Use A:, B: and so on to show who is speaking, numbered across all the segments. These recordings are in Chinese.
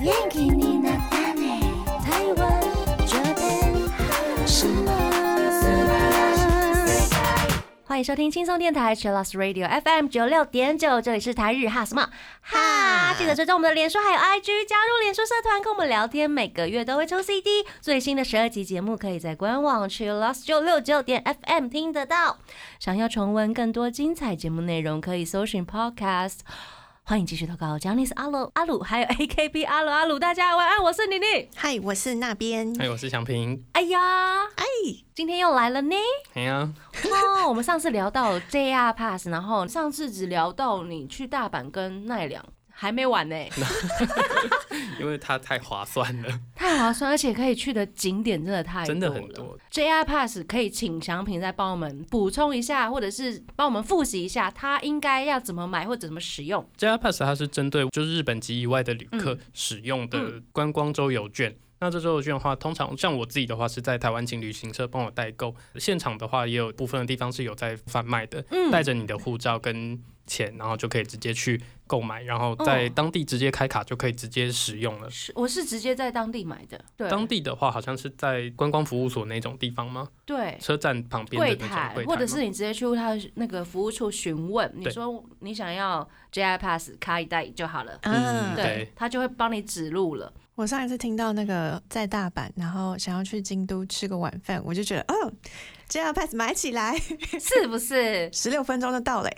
A: 元気になったね台湾这边什么
B: 欢迎收听轻松电台 c h i l l s Radio FM 九六点九，这里是台日哈什么哈，记得追踪我们的脸书还有 IG，加入脸书社团跟我们聊天，每个月都会抽 CD，最新的十二集节目可以在官网 c h i l l s 九六九点 FM 听得到。想要重温更多精彩节目内容，可以搜寻 Podcast。欢迎继续投稿 j a n i c e 阿鲁阿鲁，还有 AKB 阿鲁阿鲁，大家晚安，我是妮妮。
C: 嗨，我是那边。
D: 嗨，我是祥平。
B: 哎呀，
C: 哎，
B: 今天又来了呢。
D: 哎呀，
B: 哦，我们上次聊到 JR Pass，然后上次只聊到你去大阪跟奈良，还没完呢、
D: 因为它太划算 了，
B: 太划算，而且可以去的景点真的太
D: 真
B: 多
D: 的
B: 了。
D: 很多。
B: JR Pass 可以请祥平再帮我们补充一下，或者是帮我们复习一下，它应该要怎么买或者怎么使用。
D: JR Pass 它是针对就是日本籍以外的旅客使用的观光周游券。那这周游券的话，通常像我自己的话是在台湾请旅行社帮我代购，现场的话也有部分的地方是有在贩卖的，
B: 嗯
D: 带着你的护照跟钱，然后就可以直接去购买，然后在
B: 哦
D: 当地直接开卡就可以直接使用了。
B: 是，我是直接在当地买的，对，
D: 当地的话好像是在观光服务所那种地方吗？
B: 对
D: 车站旁边
B: 柜
D: 的那种
B: 台
D: 柜台，
B: 或者是你直接去他那个服务处询问，你
D: 对
B: 说你想要 JR Pass 卡一代就好了，
C: 嗯，
D: 对
B: 对，他就会帮你指路了。
C: 我上一次听到那个在大阪，然后想要去京都吃个晚饭，我就觉得哦，JR Pass 买起来，
B: 是不是？
C: 十六分钟就到嘞。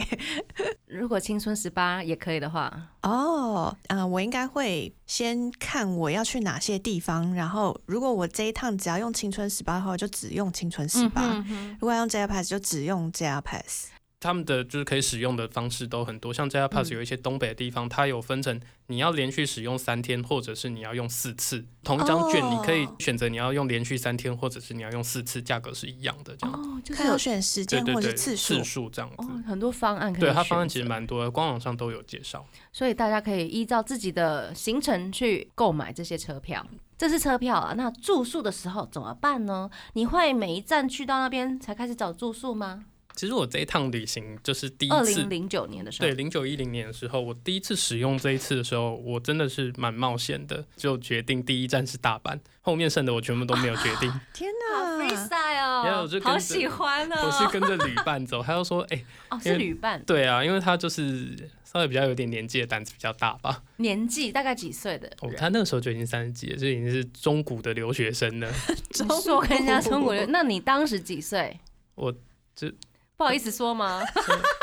B: 如果青春十八也可以的话，
C: 哦，啊，我应该会先看我要去哪些地方，然后如果我这一趟只要用青春十八号，就只用青春十八、
B: 嗯哼
C: 如果要用 JR Pass 就只用 JR Pass。
D: 他们的就是可以使用的方式都很多，像 JR Pass
B: 嗯
D: 有一些东北的地方，它有分成你要连续使用三天，或者是你要用四次。同一张券，
C: 哦
D: 你可以选择你要用连续三天，或者是你要用四次，价格是一样的这样。
B: 哦，就是
C: 看要选时
D: 对
C: 间
D: 对
C: 或
D: 对，
C: 是次
D: 次
C: 数，
D: 数这样子。
B: 哦，很多方案可以
D: 对，它
B: 选
D: 方案其实
B: 择，
D: 蛮多的，官网上都有介绍。
B: 所以大家可以依照自己的行程去购买这些车票。这是车票啊，那住宿的时候怎么办呢？你会每一站去到那边才开始找住宿吗？
D: 其实我这一趟旅行就是第
B: 二
D: 一次
B: 零零九年的时候，
D: 对，零九一零年的时候，我第一次使用这一次的时候，我真的是蛮冒险的，就决定第一站是大阪，后面剩的我全部都没有决 定。
C: 天
B: 好
C: 哪！
B: freestyle
D: 然后
B: 哦
D: 我就，跟着
B: 好喜欢哦，
D: 我是跟着旅伴走，他就说：“哎、
B: 哦是旅伴，
D: 对啊，因为他就是稍微比较有点年纪的胆子比较大吧。
B: 年纪大概几岁的
D: 哦，
B: 人？
D: 他那个时候就已经三十几了，就已经是中古的留学生了。
B: 你说跟人家中 国人，那你当时几岁？
D: 我这
B: 不好意思说吗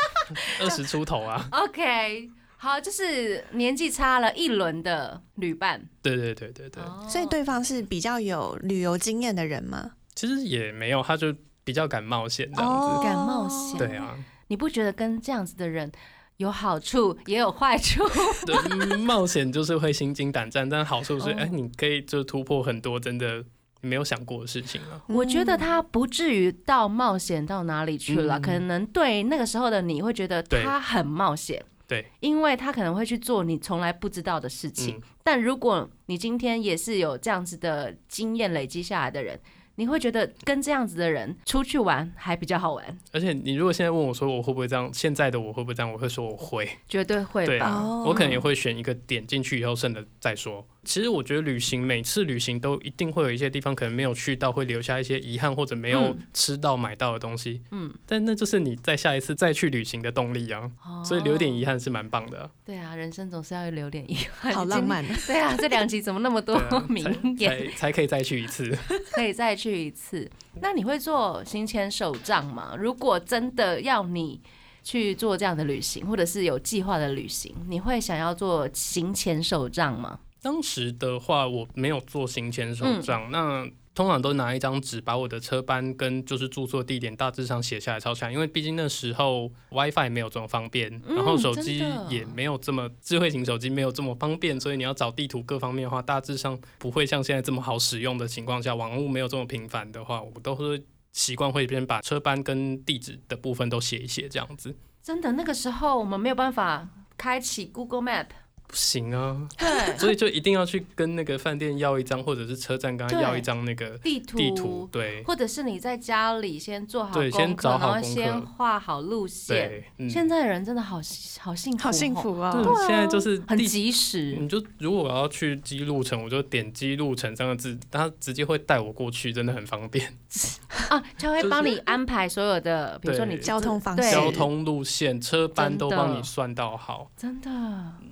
D: 二十出头啊，
B: ？OK，好，就是年纪差了一轮的旅伴，
D: 对对对对对，
B: 哦
C: 所以对方是比较有旅游经验的人吗？
D: 其实也没有，他就比较敢冒险这样子。
C: 哦
B: 敢冒险
D: 对啊，
B: 你不觉得跟这样子的人有好处也有坏 处？
D: 对，嗯冒险就是会心惊胆战，但好处是，
B: 哦
D: 哎、你可以就突破很多真的没有想过的事情啊。
B: 我觉得他不至于到冒险到哪里去了，
D: 嗯
B: 可能对那个时候的你会觉得
D: 对
B: 他很冒险，
D: 对，
B: 因为他可能会去做你从来不知道的事情。
D: 嗯，
B: 但如果你今天也是有这样子的经验累积下来的人，你会觉得跟这样子的人出去玩还比较好玩，
D: 而且你如果现在问我说我会不会这样，现在的我会不会这样，我会说我会。
B: 绝对会
D: 对
B: 吧？
D: 啊
C: 哦，
D: 我可能也会选一个点进去以后剩的再说。其实我觉得旅行每次旅行都一定会有一些地方可能没有去到，会留下一些遗憾或者没有
B: 嗯
D: 吃到买到的东西。
B: 嗯，
D: 但那就是你在下一次再去旅行的动力啊。
B: 哦
D: 所以留点遗憾是蛮棒 的啊、
B: 对啊，人生总是要留点遗 憾，
C: 好浪。漫。
B: 对啊，这两集怎么那么
D: 对
B: 多
D: 啊，
B: 名言？
D: 才才才可以再去一次。
B: 可以再去一次。那你会做行前手账吗？如果真的要你去做这样的旅行，或者是有计划的旅行，你会想要做行前手账吗？
D: 当时的话，我没有做行前手账，那通常都拿一张纸把我的车班跟就是住宿地点大致上写下来抄下来，因为毕竟那时候 WiFi 没有这么方便，
B: 嗯
D: 然后手机
B: 真的
D: 也没有这么智慧型手机没有这么方便，所以你要找地图各方面的话，大致上不会像现在这么好使用的情况下，网络没有这么频繁的话，我都会习惯会先把车班跟地址的部分都写一写这样子。
B: 真的，那个时候我们没有办法开启 Google Map，
D: 不行啊，
C: 对，
D: 所以就一定要去跟那个饭店要一张，或者是车站跟他要一张那个
B: 地图
D: 地图，对
B: 或者是你在家里先做好
D: 对
B: 功
D: 先
B: 课，
D: 找
B: 然
D: 好
B: 后
D: 功课
B: 先画好路线。
D: 对，嗯，
B: 现在的人真的好好幸福，哦
C: 好幸，福啊！
D: 嗯现在就是
B: 很
D: 地
B: 及时。
D: 你就如果我要去基路城，我就点基路城三个字，他直接会带我过去，真的很方便。
B: 啊，他会
D: 就是
B: 帮你安排所有的，比如说你
D: 对
C: 交通方
B: 对
C: 式，
D: 交通路线、车班都
B: 真的
D: 帮你算到好。
B: 真的。
D: 嗯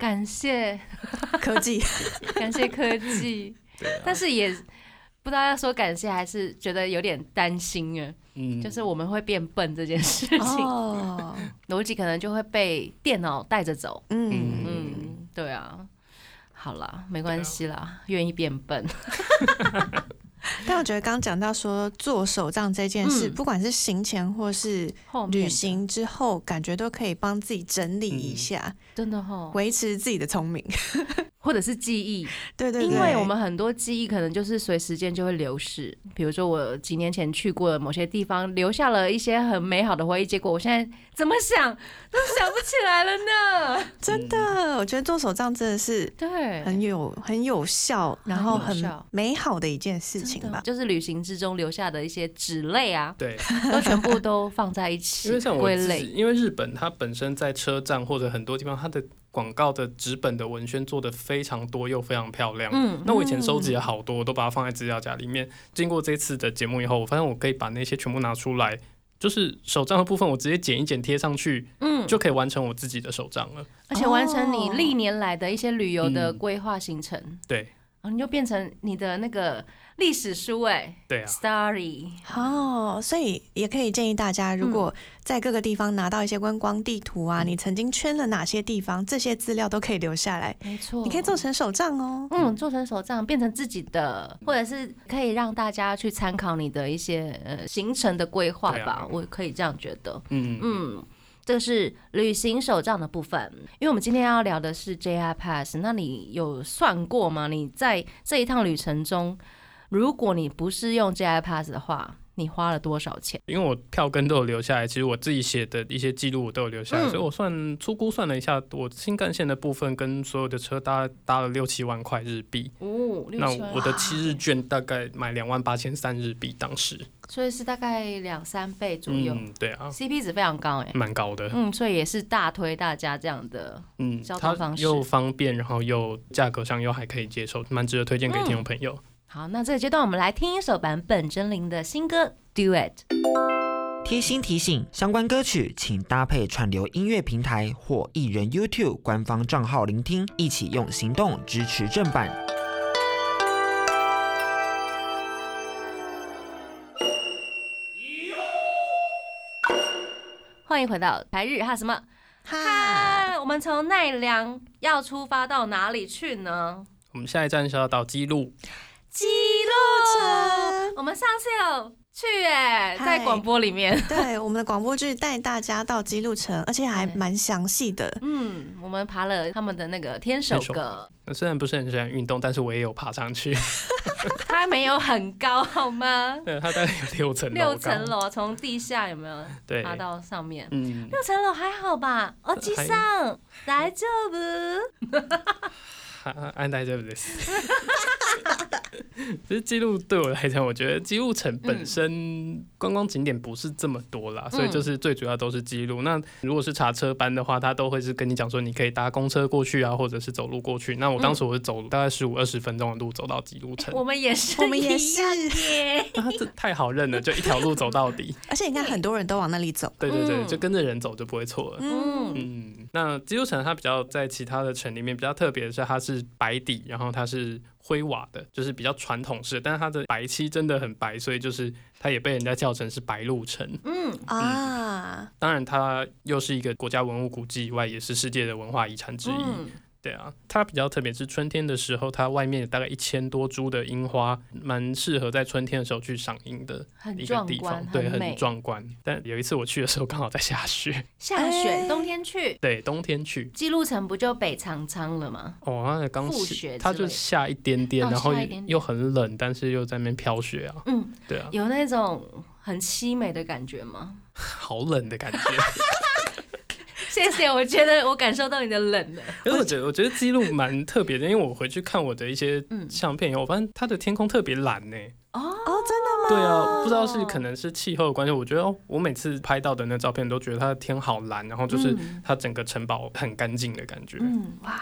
B: 感谢
C: 科技，
B: 感谢科技，
D: 啊
B: 但是也不知道要说感谢还是觉得有点担心啊，
D: 嗯，
B: 就是我们会变笨这件事 情，
C: 哦，
B: 逻辑可能就会被电脑带着走。
C: 嗯，
B: 嗯，对啊，好啦，没关系啦，
D: 啊
B: 愿意变笨，
C: 但我觉得刚刚讲到说做手账这件事，
B: 嗯
C: 不管是行前或是
B: 后面
C: 旅
B: 的
C: 行之后，感觉都可以帮自己整理一下，
B: 真的哈，
C: 维持自己的聪明。
B: 或者是记忆，
C: 对对对，
B: 因为我们很多记忆可能就是随时间就会流逝。比如说我几年前去过的某些地方，留下了一些很美好的回忆，结果我现在怎么想都想不起来了 呢？
C: 真的，我觉得做手账真的是
B: 对，
C: 很有很有效，然后
B: 很有
C: 很
B: 效
C: 美好的一件事情
B: 真的
C: 吧。
B: 就是旅行之中留下的一些纸类啊，
D: 对，
B: 都全部都放在一起
D: 因为像我
B: 归
D: 自己
B: 类。
D: 因为日本它本身在车站或者很多地方，它的广告的纸本的文宣做的非常多又非常漂亮。
B: 嗯，
D: 那我以前收集了好多，我都把它放在资料夹里面。经过这次的节目以后，我发现我可以把那些全部拿出来，就是手账的部分，我直接剪一剪贴上去，
B: 嗯，
D: 就可以完成我自己的手账了。
B: 而且完成你
C: 哦
B: 历年来的一些旅游的
D: 嗯
B: 规划行程，
D: 对
B: 然后你就变成你的那个历史书哎、
D: 对啊，
B: story，
C: 哦，所以也可以建议大家，如
B: 嗯
C: 果在各个地方拿到一些观光地图啊，你曾经圈了哪些地方，这些资料都可以留下来，
B: 没错，
C: 你可以做成手账哦。
B: 嗯，做成手账，变成自己的，或者是可以让大家去参考你的一些呃行程的规划
D: 对啊
B: 吧，我可以这样觉得。
D: 嗯
B: 嗯，这个是旅行手账的部分，因为我们今天要聊的是 JR Pass，那你有算过吗？你在这一趟旅程中，如果你不是用 JR Pass 的话，你花了多少钱？
D: 因为我票根都有留下来，其实我自己写的一些记录我都有留下来，
B: 嗯
D: 所以我算粗估算了一下，我新干线的部分跟所有的车搭搭了六七万块日币，
B: 哦，
D: 那我的七日券大概买两万八千三日币，当时，
B: 所以是大概两三倍左右、
D: 嗯，对啊，
B: c p 值非常高哎、
D: 蛮高的，
B: 嗯，所以也是大推大家这样的
D: 嗯
B: 交，通
D: 它
B: 方式
D: 又方便，然后又价格上又还可以接受，蛮值得推荐给听众朋友。
B: 好，那这个阶段我们来听一首版本真灵的新歌《Do It》。
E: 贴心提醒：相关歌曲请搭配串流音乐平台或艺人 YouTube 官方账号聆听，一起用行动支持正版。
B: 欢迎回到台日哈什么啊
C: 哈，
B: 哈？我们从奈良要出发到哪里去呢？
D: 我们下一站是要到基路，
B: 基路城。我们上次有去哎、
C: 嗨
B: 在广播里面。
C: 对，我们的广播剧带大家到基路城，而且还
B: 对
C: 蛮详细的。
B: 嗯，我们爬了他们的那个天守
D: 天守
B: 阁，
D: 那虽然不是很喜欢运动，但是我也有爬上 去，
B: 它没有很高好吗？
D: 对，它大概有六层楼，
B: 六层，楼，从地下有没有
D: 对，
B: 爬到上面？
D: 嗯，
B: 六层楼还好吧？哦，机上大丈夫。
D: 安安待这不 是。其实记录对我来讲，我觉得记录城本身观光景点不是这么多
B: 嗯
D: 啦，所以就是最主要都是记录。那如果是查车班的话，他都会是跟你讲说你可以搭公车过去啊，或者是走路过去。那我当时我是走大概十五二十分钟的路走到记录城，
B: 我们也是，
C: 我们也是，
B: 耶。
D: 啊这太好认了，就一条路走到 底。
C: 而且你看，很多人都往那里走。
D: 对对对，
B: 嗯
D: 就跟着人走就不会错了。
B: 嗯，
D: 嗯，那基督城它比较在其他的城里面比较特别的是，它是白底，然后它是灰瓦的，就是比较传统式的，但是它的白漆真的很白，所以就是它也被人家叫成是白鹿城。
B: 嗯，
C: 啊，
D: 当然，它又是一个国家文物古迹以外，也是世界的文化遗产之一。
B: 嗯
D: 对啊，它比较特别是春天的时候，它外面有大概一千多株的樱花，蛮适合在春天的时候去赏樱的
B: 很
D: 一个
B: 壮
D: 地
B: 观
D: 方，，对，
B: 美
D: 很。壮观。但有一次我去的时候刚好在下雪，
B: 下雪，
C: 哎
B: 冬天去，
D: 对，冬天去。
B: 记录城不就北长仓了吗？
D: 哦，那才刚
B: 覆
D: 下
B: 雪
D: 它
B: 之
D: 就
B: 类的
D: 下一点点，
B: 哦
D: 然后
B: 下一点点
D: 又很冷，但是又在那边飘雪啊，
B: 嗯，
D: 对啊，
B: 有那种很凄美的感觉吗？
D: 好冷的感觉。
B: 谢谢，我觉得我感受到你的冷了。
D: 可是我觉得，我觉得记录蛮特别的，因为我回去看我的一些
B: 嗯
D: 相片以后，我发现它的天空特别蓝呢、
B: 哦，
C: 哦，真的吗？
D: 对啊，不知道是可能是气候的关系，我觉得、哦、我每次拍到的那照片都觉得它的天好蓝，然后就是
B: 嗯
D: 它整个城堡很干净的感觉。
B: 嗯，哇，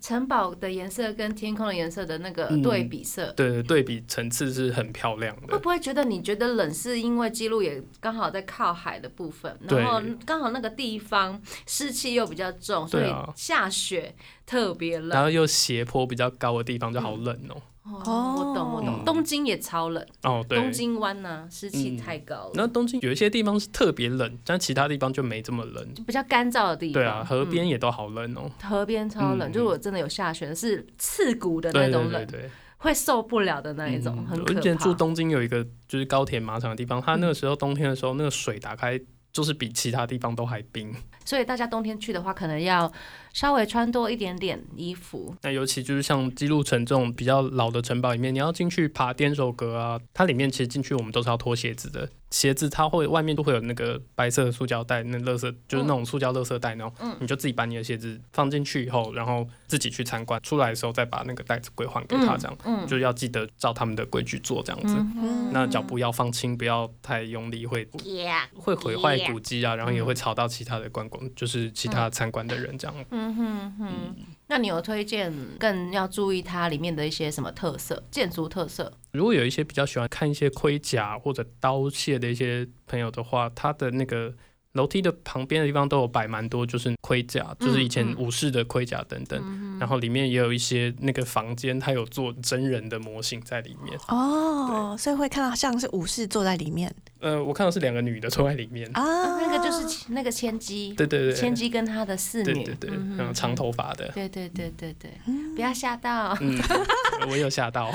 B: 城堡的颜色跟天空的颜色的那个
D: 嗯
B: 对比色，
D: 对，对比层次是很漂亮
B: 会
D: 的。
B: 不会觉得你觉得冷是因为记录也刚好在靠海的部分，
D: 对
B: 然后刚好那个地方湿气又比较重，所
D: 对
B: 以
D: 啊
B: 下雪特别
D: 然
B: 冷。
D: 后又斜坡比较高的地方就好冷哦。
B: 哦，我懂我懂，
D: 嗯
B: 东京也超冷，
D: 哦，对。
B: 嗯
D: 嗯
B: 东京湾呐湿气太高了，
D: 那东京有一些地方是特别冷，但其他地方就没这么冷。
B: 就比较干燥的地方。
D: 对啊，河
B: 嗯
D: 边也都好冷哦。
B: 河边超冷，
D: 嗯
B: 就是我真的有下雪，是刺骨的那
D: 对
B: 种
D: 对
B: 冷，
D: 对对，
B: 会受不了的那一种，
D: 嗯
B: 很
D: 我
B: 可嗯
D: 之前
B: 怕。
D: 住东京有一个就是高铁马场的地方，它那个时候冬天的时候，那个水打开就是比其他地方都还冰。
B: 所以大家冬天去的话，可能要稍微穿多一点点衣服。
D: 那尤其就是像姬路城这种比较老的城堡里面，你要进去爬点手阁啊，它里面其实进去我们都是要脱鞋子的，鞋子它会外面都会有那个白色的塑胶袋，那垃圾就是那种塑胶垃圾袋，然
B: 嗯
D: 后你就自己把你的鞋子放进去以后，然后自己去参观，出来的时候再把那个袋子归还给他，这样、
B: 嗯，
D: 就要记得照他们的规矩做这样子。
B: 嗯
D: 那脚步要放轻，不要太用力，会会毁坏古迹啊，然后也会吵到其他的观光，就是其他参观的人这样。
B: 嗯哼哼，那你有推荐更要注意它里面的一些什么特色，建筑特色？
D: 如果有一些比较喜欢看一些盔甲或者刀械的一些朋友的话，他的那个楼梯的旁边的地方都有摆蛮多，就是盔甲，
C: 嗯
D: 就是以前武士的盔甲等等。然后里面也有一些那个房间，它有做真人的模型在里面。
C: 哦，所以会看到像是武士坐在里面
D: 呃，我看到是两个女的坐在里面。
C: 啊，
B: 嗯那个就是那个千姬，
D: 对对对，
B: 千姬跟她的侍
D: 对
B: 女，
D: 对对，
B: 嗯
D: 然后长头发的。
B: 对对对对对，不要吓 到。
D: 嗯， 我有吓到。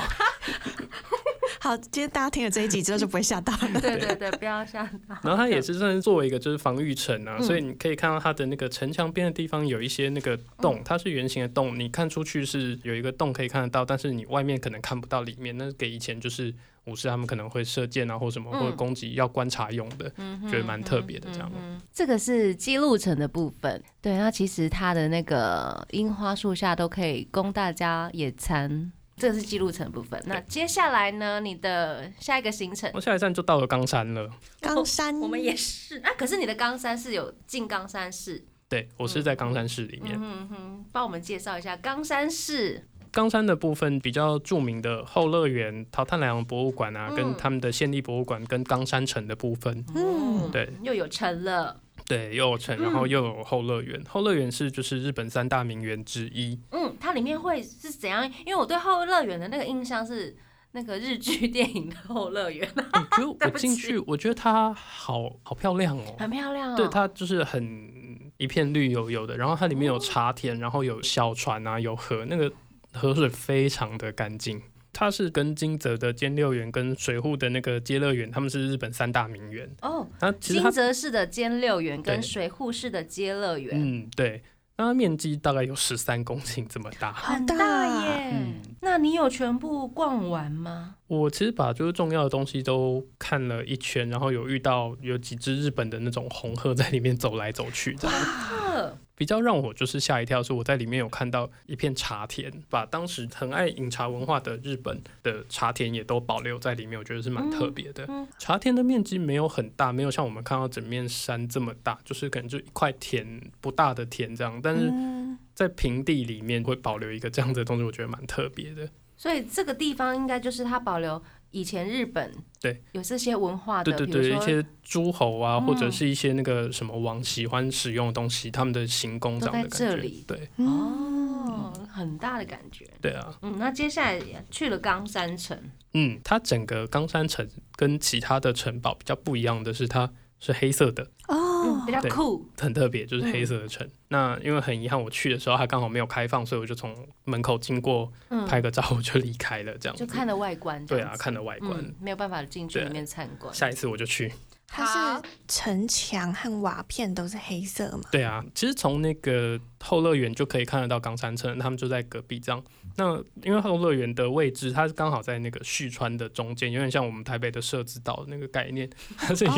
C: 好，今天大家听了这一集之后就不会吓到 了。
B: 对对对，不要吓到。
D: 然后它也是算是作为一个就是防御城
B: 嗯
D: 啊，所以你可以看到它的那个城墙边的地方有一些那个
B: 嗯
D: 洞，它是圆形的洞，你看出去是有一个洞可以看得到，但是你外面可能看不到里面。那是给以前就是武士他们可能会射箭啊或什么
B: 嗯
D: 或者攻击要观察用的，觉得蛮特别的这样。
B: 这个是记录城的部分，对，那其实它的那个樱花树下都可以供大家野餐，这是记录城的部分。那接下来呢，你的下一个行程
D: 我下一站就到了冈山了，
C: 冈山，
D: 嗯
B: 我们也是啊，可是你的冈山是有进冈山市，
D: 对我是在冈山市里面。
B: 嗯哼，帮我们介绍一下冈山市。
D: 冈山的部分比较著名的后乐园、桃太郎博物馆啊，
B: 嗯
D: 跟他们的县立博物馆跟冈山城的部分，
C: 嗯
D: 对，
B: 又有城了，
D: 对，又有城，
B: 嗯
D: 然后又有后乐园。后乐园是就是日本三大名园之一。
B: 嗯，它里面会是怎样？因为我对后乐园的那个印象是那个日剧电影的后乐园，
D: 我觉得
B: 哦对
D: 我
B: 不
D: 进
B: 起
D: 去，我觉得它好好漂亮哦。
B: 很漂亮哦。
D: 对，它就是很一片绿油油的，然后它里面
B: 哦
D: 有茶田，然后有小船啊，有河，那个河水非常的干净。它是跟金泽的兼六园跟水户的那个街乐园，他们是日本三大名园。
B: 哦，
D: 它其实它
B: 金泽市的兼六园跟
D: 对
B: 水户市的街乐园，
D: 嗯对，那它面积大概有十三公顷这么大。
C: 好
B: 很
C: 大
B: 大啊耶。
D: 嗯，
B: 那你有全部逛完吗？
D: 我其实把就是重要的东西都看了一圈，然后有遇到有几只日本的那种红鹤在里面走来走去，这样
B: 啊，
D: 比较让我就是吓一跳，是我在里面有看到一片茶田，把当时很爱饮茶文化的日本的茶田也都保留在里面，我觉得是蛮特别的。
B: 嗯
D: 茶田的面积没有很大，没有像我们看到整面山这么大，就是可能就一块田不大的田这样，但是
C: 嗯，
D: 在平地里面会保留一个这样子的东西，我觉得蛮特别的。
B: 所以这个地方应该就是它保留以前日本
D: 对
B: 有这些文化
D: 对
B: 的，啊
D: 对
B: 比如
D: 对，一
B: 说
D: 些诸侯啊，或者
B: 嗯
D: 是一些那个什么王喜欢使用的东西，他们的行宫这样的
B: 都在这
D: 感觉
B: 里。
D: 对
B: 哦，很大的感觉。
D: 对啊，
B: 嗯，那接下来去了冈山城，
D: 嗯，它整个冈山城跟其他的城堡比较不一样的是，它是黑色的，
B: 嗯，
C: 哦
B: 比，较
D: 对
B: 酷，
D: 很特别，就是
B: 嗯
D: 黑色的城。那因为很遗憾，我去的时候它刚好没有开放，所以我就从门口经过
B: 嗯，
D: 拍个照，我就离开了，这样子。
B: 就看了外观这
D: 对
B: 样
D: 啊，
B: 子，
D: 看了外观。
B: 嗯，没有办法进去
D: 对
B: 里面参观。
D: 下一次我就去。
C: 它是城墙和瓦片都是黑色嘛？
D: 对啊，其实从那个后乐园就可以看得到冈山城，他们就在隔壁这样。那因为后乐园的位置，它是刚好在那个旭川的中间，有点像我们台北的社子岛那个概念， 它是一个、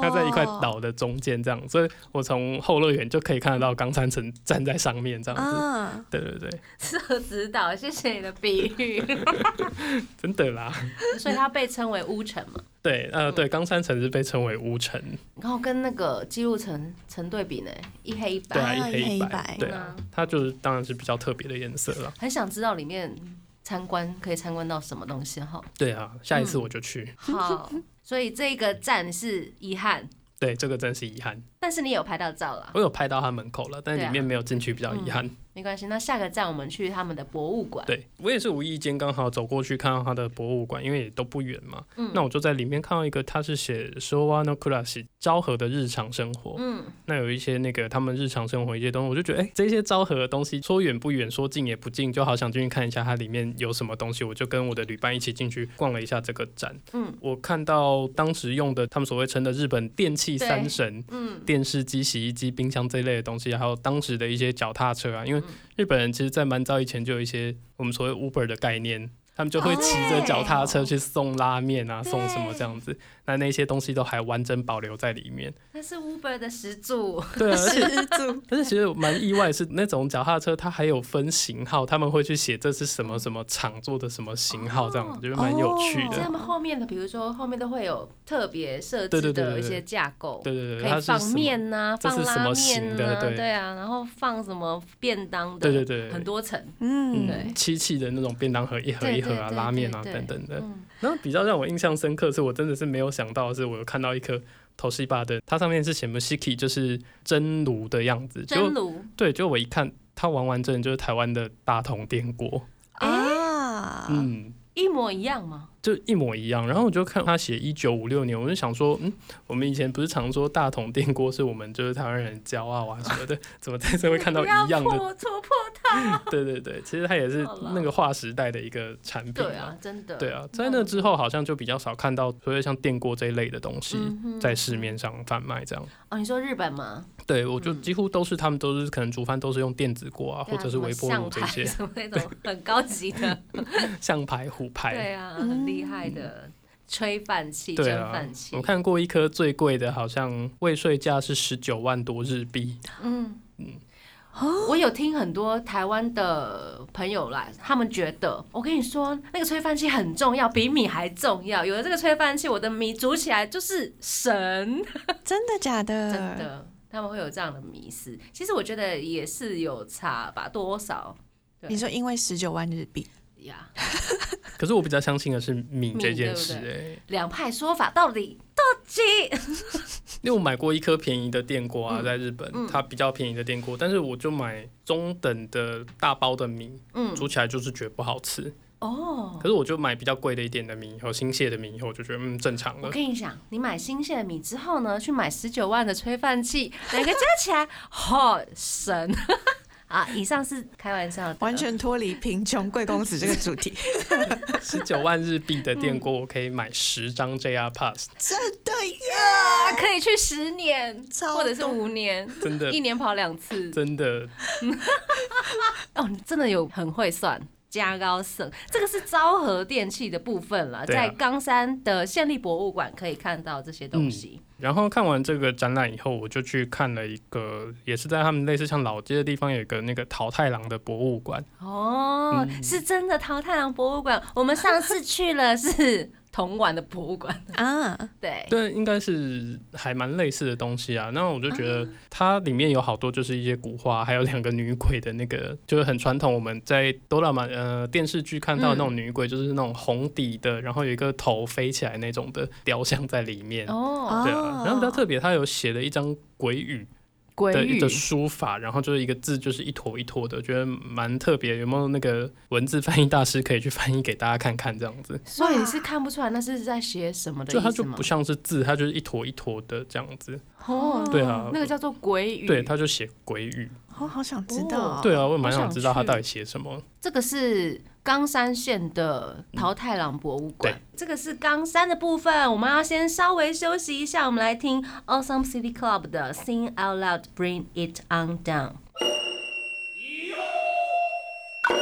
D: 它在一块岛的中间这样，所以我从后乐园就可以看得到冈山城站在上面这样子。
C: 啊，
B: 嗯
D: 对对对，
B: 社子岛，谢谢你的比喻。
D: 真的啦。
B: 所以它被称为乌城嘛，
D: 对，呃，对，冈山城是被称为乌城，
B: 然后跟那个记录城成对比呢，一黑一
D: 对
B: 白。嗯
D: 啊，
C: 啊
D: 一
C: 一黑
D: 黑
C: 一
D: 一
C: 白
D: 白，对啊，它就是当然是比较特别的颜色了。
B: 很想知道里面参观可以参观到什么东西 哈。
D: 对啊，下一次我就去。
B: 好，所以这个站是遗憾，
D: 对，这个真是遗憾，
B: 但是你有拍到照啦，
D: 我有拍到它门口了，但
B: 对啊嗯
D: 里面没有进去，比较遗憾。
B: 没关系。那下个站我们去他们的博物馆，
D: 对我也是无意间刚好走过去看到它的博物馆，因为也都不远嘛。
B: 嗯
D: 那我就在里面看到一个，它是写 “Showa no Kurashi” 昭和的日常生活。
B: 嗯，
D: 那有一些那个他们日常生活一些东西，我就觉得哎、诶这些昭和的东西说远不远，说近也不近，就好想进去看一下它里面有什么东西。我就跟我的旅伴一起进去逛了一下这个展。
B: 嗯，
D: 我看到当时用的他们所谓称的日本电器三神，
B: 嗯，
D: 电视机、洗衣机、冰箱这一类的东西，还有当时的一些脚踏车啊，因为
B: 嗯
D: 日本人其实，在蛮早以前就有一些我们所谓 Uber 的概念。他们就会骑着脚踏
B: 哦
D: 车去送拉面啊，送什么这样子，那那些东西都还完整保留在 里面。
B: 它是 Uber 的始祖，
D: 对啊，而且
C: 知足
D: 但是其实我蛮意外的是，那种脚踏车它还有分型号，他们会去写这是什么什么厂做的什么型号，这样
B: 哦
D: 我觉得蛮有趣
B: 所以他
D: 的。
B: 们后面的，比如说后面都会有特别设
D: 对
B: 置
D: 对对对
B: 的一
D: 对
B: 些架构，
D: 对对对，
B: 可
D: 它
B: 以
D: 是
B: 放
D: 什么？
B: 面呐、
D: 这
B: 放
D: 是什
B: 拉
D: 么
B: 面
D: 型
B: 呐、
D: 的对
B: 对啊，然后放什么便当的，
D: 对对对
B: 很多层，
C: 嗯，
B: 对
D: 漆器的那种便当盒，一盒一盒
B: 对对
D: 啊，
B: 对
D: 拉面啊
B: 对对
D: 等等的。
B: 嗯，
D: 然后比较让我印象深刻的是，我真的是没有想到的是，我有看到一颗头西巴的，它上面是写 “musiki”，就是蒸炉的样子。
B: 蒸
D: 就
B: 炉，
D: 对，就我一看，它完完整整就是台湾的大同电锅。
C: 啊，
D: 嗯，
B: 一模一样吗？
D: 就一模一样。然后我就看他写一九五六年，我就想说，嗯，我们以前不是常说大同电锅是我们就是台湾人骄傲啊什么 的，怎么在这会看到
B: 不
D: 一
B: 要
D: 样的？
B: 破戳破
D: 对对对，其实它也是
B: 好啦
D: 那个划时代的一个产品
B: 对啊，。真的，
D: 对啊，在那之后好像就比较少看到所谓像电锅这一类的东西
B: 嗯哼
D: 在市面上贩卖这样。
B: 哦，你说日本吗？
D: 对，我就
B: 嗯
D: 几乎都是他们都是可能煮饭都是用电子锅啊，
B: 对
D: 或
B: 啊
D: 者是微波炉这些
B: 什么上海什么那 种很高级 的，
D: 像排虎排。
B: 对啊，很厉害的炊饭器、蒸
D: 对啊
B: 饭，器
D: 我，看过一颗最贵的，好像未税价是十九万多日币，
B: 嗯。 我有听很多台湾的朋友来，他们觉得，我跟你说，那个炊饭器很重要，比米还重要。有了这个炊饭器，我的米煮起来就是神。
C: 真的假的？
B: 真，的，他们会有这样的迷思。其实我觉得也是有差吧，多少对
C: 你说因为十九万日币，
B: 呀？
D: 可是我比较相信的是米这件事、
B: 米对
D: 哎，
B: 两派说法到底到底？
D: 因为我买过一颗便宜的电锅
B: 嗯
D: 啊，在日本，它比较便宜的电锅，但是我就买中等的大包的米，
B: 嗯
D: 煮起来就是觉得不好吃。
B: 哦，
D: 可是我就买比较贵的一点的米以后，新蟹的米以后，我就觉得嗯正常
B: 我
D: 了。
B: 跟你讲，你买新鲜的米之后呢，去买十九万的炊饭器，两个加起来，好、神啊！以上是开玩笑的，
C: 完全脱离贫穷贵公子这个主题，
D: 十九万日币的
B: 嗯
D: 电锅，我可以买十张 JR Pass，
C: 真的耶！
B: 啊，可以去十年，
C: 超
B: 或者是五年，
D: 真的
B: 一年跑两次。
D: 真的
B: 哦，你真的有很会算。加高盛，这个是昭和电器的部分了，
D: 对啊
B: 在冈山的县立博物馆可以看到这些东西。
D: 然后看完这个展览以后，我就去看了一个，也是在他们类似像老街的地方，有一个那个桃太郎的博物馆。
B: 哦，
D: 嗯
B: 是真的桃太郎博物馆，我们上次去了是 铜碗的博物馆，
C: 啊，
B: 对，
D: 对，应该是还蛮类似的东西啊。那我就觉得它里面有好多就是一些古画，还有两个女鬼的那个，就是很传统。我们在哆啦 A 梦呃电视剧看到的那种女鬼，就是那种红底的，然后有一个头飞起来那种的雕像在里面。
B: 哦，
D: 对啊
C: 哦，
D: 然后比较特别，它有写了一张鬼语
B: 鬼
D: 的
B: 语
D: 的书法，然后就是一个字就是一坨一坨的，觉得蛮特别。有没有那个文字翻译大师可以去翻译给大家看看这样子？
B: 所以你是看不出来那是在写什么的
D: 就它
B: 意
D: 就
B: 思吗
D: 不？像是字，它就是一坨一坨的这样子。
B: 哦，
D: 对啊
B: 那个叫做鬼语，
D: 对，他就写鬼语。
C: 我好想知道，
B: 哦
D: 对啊，我也
B: 好
D: 蛮想
B: 想
D: 知道他
B: 去
D: 到底写什么。
B: 这个是冈山县的桃太郎博物馆，
D: 对
B: 这个是冈山的部分。我们要先稍微休息一下，我们来听 Awesome City Club 的 Sing Out Loud, Bring It On Down。欢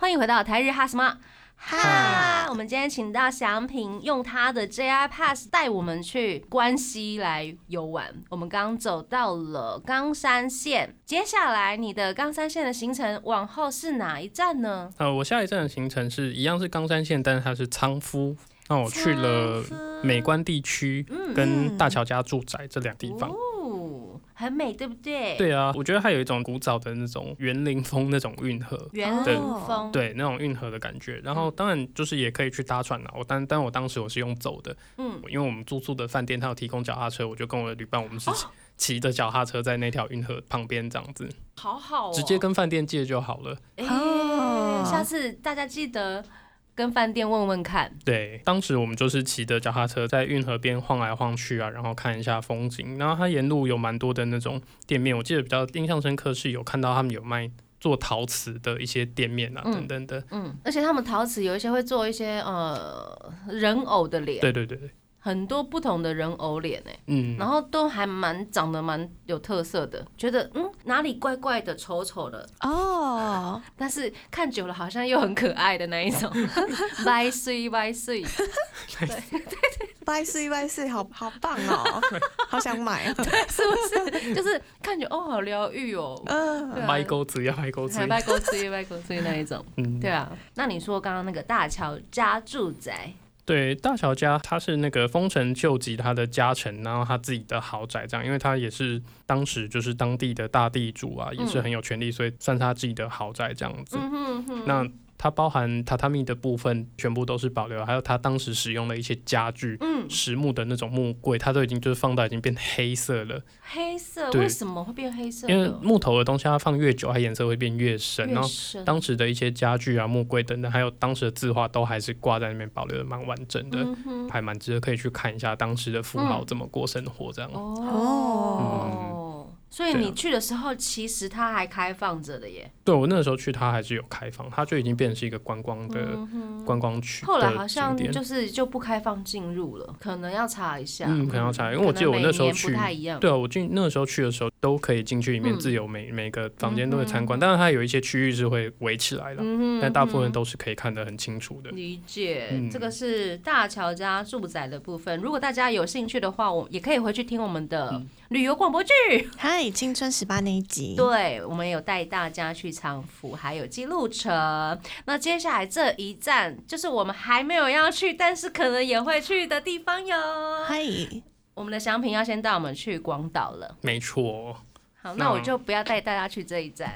B: 欢迎回到台日哈什么。哈
D: 哈，
B: 我们今天请到祥平，用他的 JR Pass 带我们去关西来游玩。我们刚走到了冈山县，接下来你的冈山县的行程往后是哪一站呢？
D: 呃，我下一站的行程是一样是冈山县，但是它是仓敷。那我去了美观地区跟大桥家住宅这两地方。
B: 嗯哦，很美，对不对？，
D: 对啊，我觉得它有一种古早的那种园林风那种运河。
B: 园林风，
D: 对，那种运河的感觉。然
B: 嗯
D: 后当然就是也可以去搭船啦。我但但我当时我是用走的，
B: 嗯，
D: 因为我们住宿的饭店它有提供脚踏车，我就跟我的旅伴我们
B: 哦
D: 是骑骑着脚踏车在那条运河旁边这样子，
B: 好好哦，
D: 直接跟饭店借就好了。
B: 哎、
C: 哦
B: 下次大家记得跟饭店问问看。
D: 对，当时我们就是骑着脚踏车在运河边晃来晃去啊，然后看一下风景。然后它沿路有蛮多的那种店面，我记得比较印象深刻是有看到他们有卖做陶瓷的一些店面啊，
B: 嗯
D: 等等的。
B: 嗯，而且他们陶瓷有一些会做一些呃人偶的脸，
D: 对对对对，
B: 很多不同的人偶脸哎、
D: 嗯，
B: 然后都还蛮长得蛮有特色的，觉得嗯哪里怪怪的、丑丑的，
C: 哦，
B: 但是看久了好像又很可爱的那一 种，歪碎歪碎，
C: 拜四拜四，好好棒 哦，好想买。
B: 是不 是？就是看久哦好疗愈哦，
C: 嗯、
B: 对啊
D: 歪钩子要歪钩子
B: 还，歪勾碎歪勾碎那一种，
D: 嗯，
B: 对啊。那你说刚刚那个大桥家住宅，
D: 对，大乔家他是那个丰臣秀吉他的家臣，然后他自己的豪宅这样，因为他也是当时就是当地的大地主啊，也是很有权力，所以算是他自己的豪宅这样子。
B: 嗯哼哼，
D: 那它包含榻榻米的部分全部都是保留，还有他当时使用的一些家具。
B: 嗯
D: 实木的那种木柜，它都已经就是放到已经变黑色了，
B: 黑色
D: 对
B: 为什么会变黑色的？哦
D: 因为木头的东西它放越久，它颜色会变越深。然
B: 越
D: 后
B: 深
D: 哦当时的一些家具啊、木柜等等，还有当时的字画都还是挂在那边保留的蛮完整的。
B: 嗯哼
D: 还蛮值得可以去看一下当时的富豪
B: 嗯
D: 怎么过生活这样。
B: 哦，所以
D: 对啊
B: 你去的时候，其实它还开放着的耶。
D: 对我那个时候去，它还是有开放，它就已经变成是一个观光的、观光区。
B: 嗯后来好像
D: 的景点
B: 就是就不开放进入了，可能要查一下。
D: 嗯可能要查因为我记得我那时候去
B: 可能每年不太一样。
D: 对啊，我进那个时候去的时候都可以进去里面
B: 嗯
D: 自由每、每个房间都会参观，但是它有一些区域是会围起来的，
B: 嗯哼
D: 但大部分都是可以看得很清楚的。
B: 理解，
D: 嗯
B: 这个是大乔家住宅的部分。如果大家有兴趣的话，我也可以回去听我们
D: 嗯
B: 的旅游广播剧。
C: 嗨，青春十八那一集，
B: 对，我们有带大家去长福，还有记录城。那接下来这一站就是我们还没有要去，但是可能也会去的地方哟。
C: 嗨，
B: 我们的祥平要先带我们去广岛了。
D: 没错，
B: 好，
D: 那
B: 那我就不要带大家去这一站，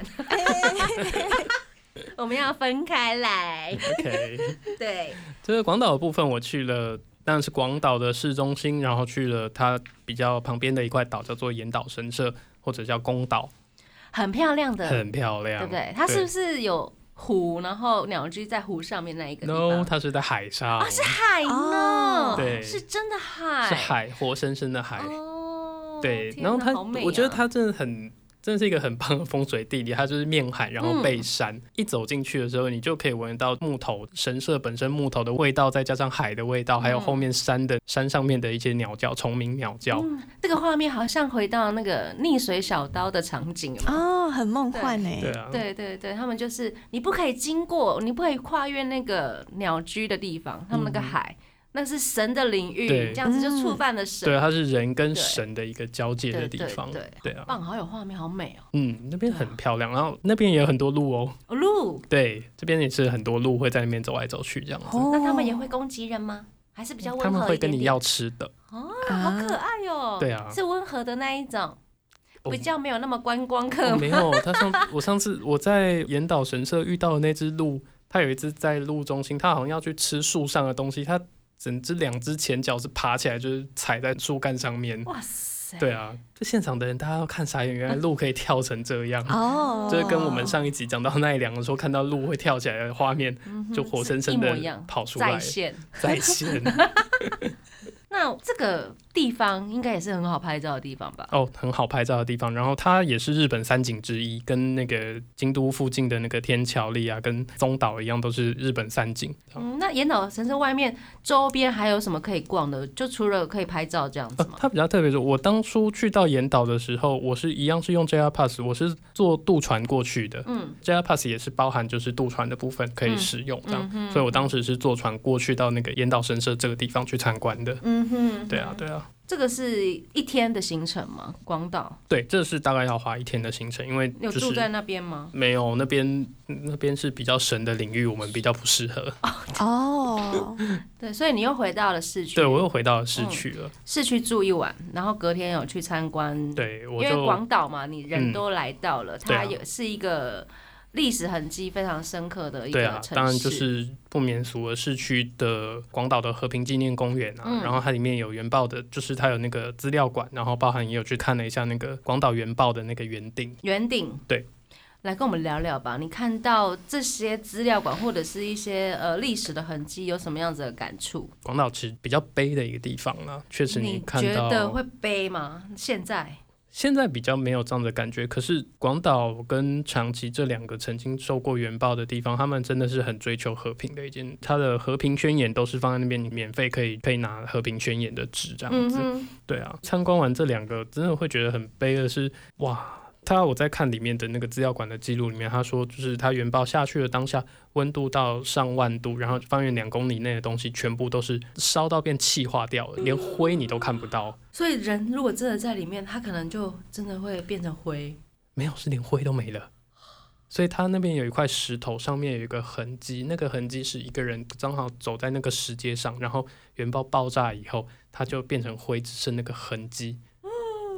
B: 我们要分开来。
D: ，OK。
B: 对，
D: 这个广岛的部分，我去了，当然是广岛的市中心，然后去了它比较旁边的一块岛，叫做岩岛神社或者叫宫岛，
B: 很漂亮的，
D: 很漂亮，
B: 对不对？它是
D: 对
B: 不是有湖，然后鸟居在湖上面那一个地
D: No，
B: 方？啊
D: 它是在海上，是
B: 海呢？
C: 哦
D: 对
B: 是真的海，
D: 海，活生生的海。
B: 哦，
D: 对，
B: 天
D: 然后
B: 哪
D: 它，
B: 好美
D: 我觉得
B: 啊
D: 它真的很。真的是一个很棒的风水地理，它就是面海，然后
B: 嗯
D: 背山。一走进去的时候，你就可以闻到木头神社本身木头的味道，再加上海的味道，还有
B: 嗯
D: 后面山的山上面的一些鸟叫，虫鸣鸟叫。
B: 这个画面好像回到那个溺水小刀的场景有没有
C: 哦，很梦幻哎、
D: 对啊，
B: 对对对，他们就是你不可以经过，你不可以跨越那个鸟居的地方，他们那个海，那是神的领域，
D: 嗯对
B: 这样子就触犯了神。
D: 对，它啊是人跟
B: 对
D: 神的一个交界的地方。
B: 对对
D: 对啊，
B: 棒，好有画面，好美哦！
D: 嗯，那边
B: 对啊
D: 很漂亮，然后那边也有很多鹿哦。
B: 哦鹿，
D: 对，这边也是很多鹿会在那边走来走去这样子。
C: 哦
B: 那他们也会攻击人吗？还是比较
D: 他
B: 温
D: 们
B: 和
D: 会
B: 一点
D: 跟你
B: 点？
D: 要吃的，
B: 哦，好可爱哦！
D: 对啊
B: 是温和的那一种，
D: 哦
B: 比较没有那么观光
D: 哦
B: 客。
D: 没有，他上我上次我在岩岛神社遇到的那只鹿，它有一只在路中心，它好像要去吃树上的东西，它整只两只前脚是爬起来，就是踩在树干上面。
B: 哇塞！
D: 对啊，就现场的人大家要看傻眼，原来鹿可以跳成这样。
C: 哦
D: 就是跟我们上一集讲到奈良的时候，看到鹿会跳起来的画面，就活生
B: 嗯
D: 生
B: 一模
D: 的
B: 一样
D: 跑出来
B: 在，线。
D: 在线。
B: 那这个地方应该也是很好拍照的地方吧？
D: 哦，很好拍照的地方。然后它也是日本三景之一，跟那个京都附近的那个天桥立啊，跟松岛一样，都是日本三景。
B: 嗯，那岩岛神社外面周边还有什么可以逛的？就除了可以拍照这样子
D: 呃
B: 吗？
D: 它比较特别是，我当初去到岩岛的时候，我是一样是用 JR Pass，我是坐渡船过去的。
B: 嗯
D: JR Pass 也是包含就是渡船的部分可以
B: 嗯
D: 使用这样，
B: 嗯哼，
D: 所以我当时是坐船过去到那个岩岛神社这个地方去参观的。
B: 嗯哼，
D: 对啊，对啊。
B: 这个是一天的行程吗？广岛，
D: 对，这是大概要花一天的行程，因为
B: 你有
D: 就
B: 住在
D: 是
B: 那边吗？
D: 没有那边那边是比较神的领域，我们比较不适合。
C: 哦，
B: 对，所以你又回到了市区，
D: 对我又回到
B: 嗯
D: 市区了，
B: 市区住一晚，然后隔天有去参观，，
D: 对
B: 因
D: 我
B: 为
D: 就嗯
B: 广岛嘛，你人都来到了，
D: 对
B: 它
D: 啊
B: 也是一个历史痕迹非常深刻的一
D: 对
B: 个
D: 啊
B: 城市，，
D: 当然就是不免俗了，市区的广岛的和平纪念公园啊，
B: 嗯
D: 然后它里面有原爆的，就是它有那个资料馆，然后包含也有去看了一下那个广岛原爆的那个原定。
B: 圆顶，
D: 对。
B: 来跟我们聊聊吧，你看到这些资料馆或者是一些呃历史的痕迹，有什么样子的感触？
D: 广岛其实比较悲的一个地方啦，确实
B: 你
D: 看
B: 觉
D: 到
B: 得会悲吗？现在，
D: 现在比较没有这样的感觉，可是广岛跟长崎这两个曾经受过原爆的地方，他们真的是很追求和平的一件，他的和平宣言都是放在那边，你免费可以可以拿和平宣言的纸这样
B: 嗯
D: 子。
B: 哼，
D: 对啊，参观完这两个，真的会觉得很悲的是，哇，他我在看里面的那个资料馆的记录里面，他说就是他原爆下去的当下，温度到上万度，然后方圆两公里内的东西全部都是烧到变气化掉了，连灰你都看不到，
B: 所以人如果真的在里面，他可能就真的会变成灰。
D: 没有，是连灰都没了。所以他那边有一块石头，上面有一个痕迹，那个痕迹是一个人正好走在那个石阶上，然后原爆爆炸以后，它就变成灰，只剩那个痕迹，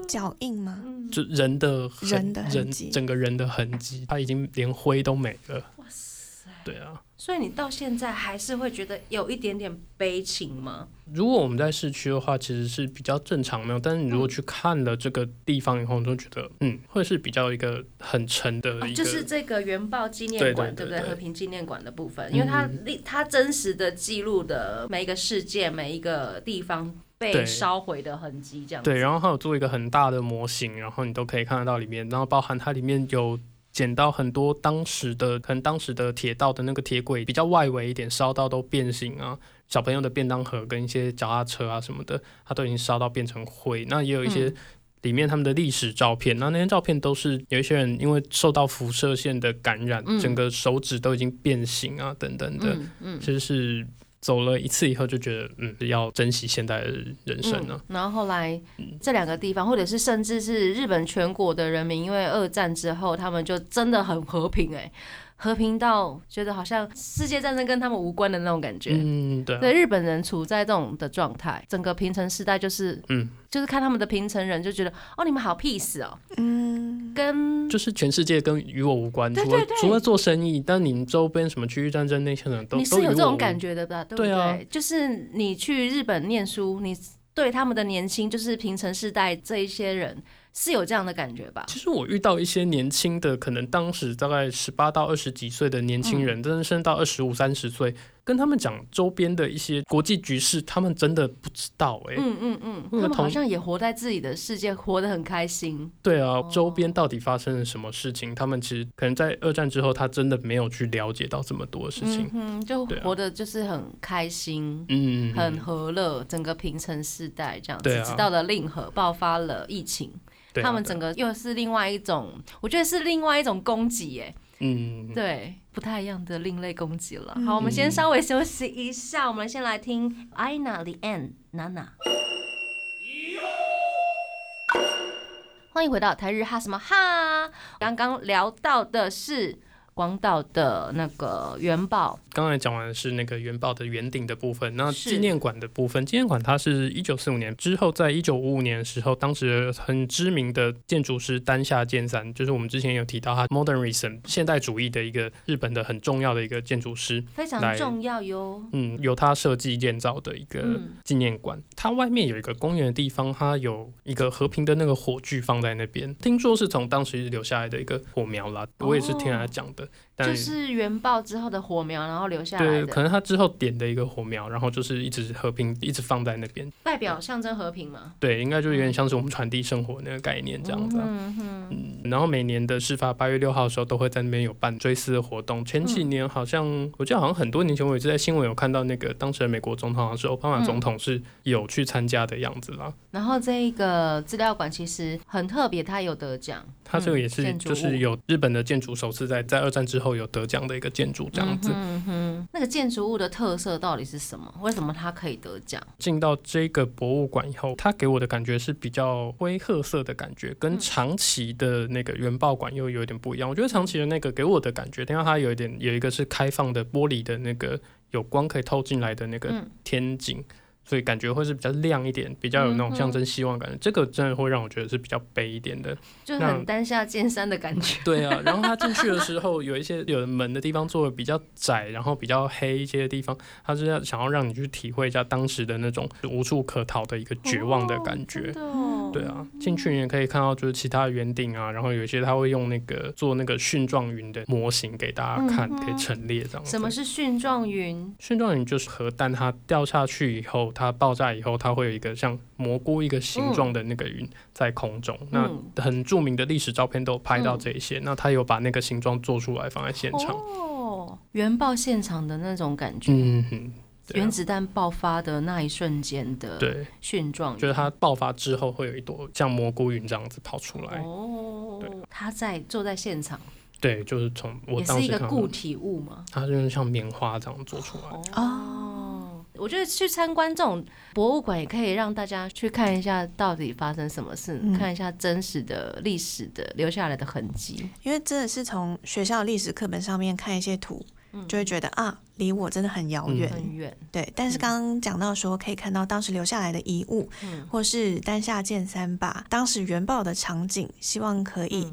C: 脚印吗？
D: 就人的痕
C: 人的痕
D: 人
C: 迹
D: 整个人的痕迹，他已经连灰都没了。
B: 哇塞！
D: 对啊，
B: 所以你到现在还是会觉得有一点点悲情吗？
D: 如果我们在市区的话，其实是比较正常没有，但是你如
C: 嗯
D: 果去看了这个地方以后，你就觉得嗯，会是比较一个很沉的
B: 哦
D: 一个，
B: 就是这个原爆纪念馆，
D: 对对对
B: 不对？
D: 对嗯
B: 和平纪念馆的部分，因为它历它真实的记录的每一个事件、每一个地方被
D: 对
B: 烧毁的痕迹，这样子
D: 对，然后它有做一个很大的模型，然后你都可以看得到里面，然后包含它里面有捡到很多当时的、可能当时的铁道的那个铁轨比较外围一点，烧到都变形啊，小朋友的便当盒跟一些脚踏车啊什么的，它都已经烧到变成灰。那也有一些
B: 嗯
D: 里面他们的历史照片，那那些照片都是有一些人因为受到辐射线的感染，
B: 嗯
D: 整个手指都已经变形啊等等的，
B: 嗯嗯。
D: 其实是。走了一次以后就觉得，嗯，要珍惜现在的人生啊。嗯
B: 嗯。然后后来这两个地方，或者是甚至是日本全国的人民，因为二战之后，他们就真的很和平、哎，和平到觉得好像世界战争跟他们无关的那种感觉。
D: 嗯，对啊、
B: 对日本人处在这种的状态，整个平成时代就是，
D: 嗯，
B: 就是看他们的平成人就觉得，哦，你们好 peace 哦，
C: 嗯，
B: 跟
D: 就是全世界跟与我无关，
B: 对
D: 除了
B: 对对
D: 除了做生意，但你们周边什么区域战争那些人都
B: 你
D: 都
B: 是
D: 与
B: 有
D: 我
B: 这种
D: 无
B: 感觉的吧？对不
D: 对啊
B: 就是你去日本念书，你对他们的年轻，就是平成世代这一些人是有这样的感觉吧？
D: 其实我遇到一些年轻的，可能当时大概十八到二十几岁的年轻
B: 嗯
D: 人，真的升到二十五、三十岁，跟他们讲周边的一些国际局势，他们真的不知道哎、
B: 嗯嗯嗯，
D: 会有
B: 他们好
D: 同
B: 像也活在自己的世界，活得很开心。
D: 对啊，
B: 哦
D: 周边到底发生了什么事情？他们其实可能在二战之后，他真的没有去了解到这么多的事情
B: 嗯。哼，就
D: 对啊
B: 活得就是很开心。
D: 嗯，
B: 很和乐，整个平成世代这样子，
D: 对啊
B: 直到了令和爆发了疫情，
D: 对啊
B: 他们整个又是另外一种，我觉得是另外一种攻击耶，
D: 嗯，
B: 对，不太一样的另类攻击了。
C: 嗯
B: 好，我们先稍微休息一下，我们先来听 Ina the End Nana。欢迎回到台日哈什么哈，刚刚聊到的是广岛的那个原爆，
D: 刚才讲完的是那个原爆的圆顶的部分，那
B: 是
D: 纪念馆的部分，纪念馆它是一九四五年之后，在一九五五年的时候，当时很知名的建筑师丹下健三，就是我们之前有提到他 modernism 现代主义的一个日本的很重要的一个建筑师，
B: 非常
D: 来
B: 重要哟。
D: 嗯，由他设计建造的一个
B: 嗯
D: 纪念馆。它外面有一个公园的地方，它有一个和平的那个火炬放在那边，听说是从当时留下来的一个火苗啦，我也是听人家讲的。的，但
B: 哦就是原爆之后的火苗，然后留下来
D: 对，
B: 的，
D: 可能他之后点的一个火苗，然后就是一直和平，一直放在那边。
B: 代表象征和平嘛。
D: 对，应该就有点像是我们传递生活那个概念这样子啊、
B: 嗯哼，
D: 然后每年的事发八月六号的时候，都会在那边有办追思的活动。前几
B: 嗯
D: 年好像、我记得好像很多年前，我也是在新闻有看到那个当时的美国总统好像是奥巴马
B: 嗯
D: 总统是有去参加的样子啦。
B: 然后这个资料馆其实很特别，它有得奖，
D: 他这个也
B: 嗯
D: 是
B: 建筑物
D: 就是有日本的建筑首次在在二战之后有得奖的一个建筑这样子。
B: 嗯哼嗯哼，那个建筑物的特色到底是什么？为什么它可以得奖？
D: 进到这个博物馆以后，它给我的感觉是比较灰褐色的感觉，跟长崎的那个原爆馆又有点不一样。我觉得长崎的那个给我的感觉，因为它有一点有一个是开放的玻璃的那个有光可以透进来的那个
B: 嗯
D: 天井。所以感觉会是比较亮一点，比较有那种象征希望感觉。这个真的会让我觉得是比较悲一点的。
B: 就
D: 那
B: 很丹下见山的感觉。
D: 对啊，然后他进去的时候，有一些有的门的地方做的比较窄，然后比较黑一些的地方，他是要想要让你去体会一下当时的那种无处可逃的一个 绝望的感觉。
B: 哦
D: 对啊，进去你也可以看到，就是其他的圆顶啊，然后有一些他会用那个做那个蕈状云的模型给大家看，可以陈列这样
B: 嗯
D: 子。
B: 什么是蕈状云？
D: 蕈状云就是核弹，它掉下去以后，它爆炸以后，它会有一个像蘑菇一个形状的那个云在空中。
B: 嗯
D: 那很著名的历史照片都有拍到这一些。那他有把那个形状做出来放在现场。
B: 哦，原爆现场的那种感觉，
D: 嗯哼，对啊
B: 原子弹爆发的那一瞬间的
D: 对，
B: 蕈状云，
D: 就是它爆发之后会有一朵像蘑菇云这样子跑出来。
B: 哦，他在坐在现场，
D: 对，就是从我
B: 也
D: 当
B: 是一
D: 时
B: 个
D: 看到
B: 固体物嘛。
D: 它就是像棉花这样做出来。
B: 哦，我觉得去参观这种博物馆，也可以让大家去看一下到底发生什么事，
C: 嗯
B: 看一下真实的历史的留下来的痕迹。
C: 因为真的是从学校历史课本上面看一些图，
B: 嗯
C: 就会觉得啊，离我真的很遥远。
B: 很远，
C: 对，但是刚刚讲到说，可以看到当时留下来的遗物，或是丹下健三把当时原爆的场景，希望可以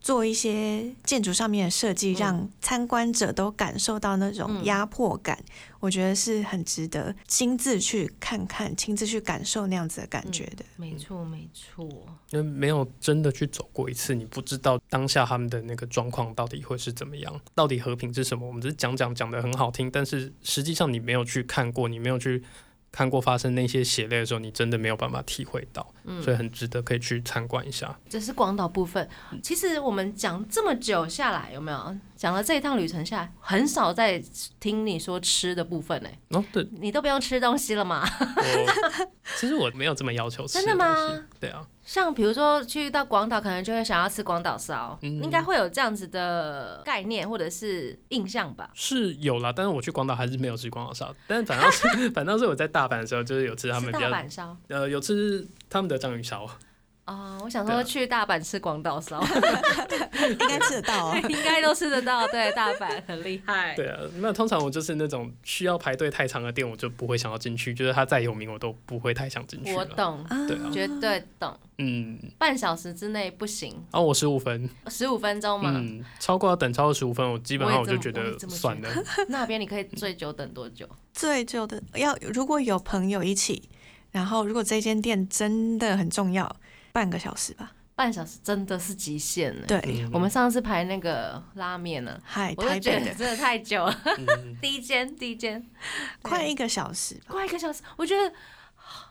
C: 做一些建筑上面的设计，让参观者都感受到那种压迫感。我觉得是很值得亲自去看看、亲自去感受那样子的感觉的。
B: 没错没错。
D: 因为没有真的去走过一次，你不知道当下他们的那个状况到底会是怎么样，到底和平是什么。我们只是讲讲讲的很好听，但是实际上你没有去看过，你没有去看过发生那些血泪的时候，你真的没有办法体会到，
B: 嗯
D: 所以很值得可以去参观一下。
B: 这是广岛部分。其实我们讲这么久下来，有没有讲了这一趟旅程下来，很少在听你说吃的部分呢、
D: 哦， 对，
B: 你都不用吃东西了嘛？
D: 我其实我没有这么要求吃
B: 真的吗
D: 东西？对啊，
B: 像比如说去到广岛，可能就会想要吃广岛烧，
D: 嗯
B: 应该会有这样子的概念或者是印象吧？
D: 是有啦，但是我去广岛还是没有吃广岛烧，但反倒是 反倒是我在大阪的时候，就是有吃他
B: 是
D: 们比
B: 大
D: 较
B: 阪烧
D: 呃有吃他们的章鱼烧。
B: 哦，我想
D: 对
B: 说
D: 啊
B: 去大阪吃广岛 烧，
C: 应该吃得到 哦。
B: 应该都吃得到。对，大阪很厉害。
D: 对啊，那通常我就是那种需要排队太长的店，我就不会想要进去，就是它再有名我都不会太想进去
B: 我
D: 了。
B: 懂，
D: 对啊，
B: 绝对懂。
D: 嗯，
B: 半小时之内不行，
D: 然后我十五分，
B: 十五分钟嘛。
D: 嗯，超过要等超过十五分，我基本上
B: 我也
D: 就
B: 这么
D: 觉
B: 我
D: 得
B: 也这么觉
D: 算了
B: 得。那边你可以最久等多久？
C: 最旧的要如果有朋友一起，然后如果这间店真的很重要，半个小时吧。
B: 半小时真的是极限了。，
C: 对，
D: 嗯
B: 我们上次排那个拉面呢，
C: 嗨，
D: 哎
B: 我就
C: 台
B: 觉
C: 北
B: 得
C: 的
B: 真的太久了。
D: 嗯
B: 第一间，第一间，
C: 快一个小时吧，
B: 快一个小时，我觉得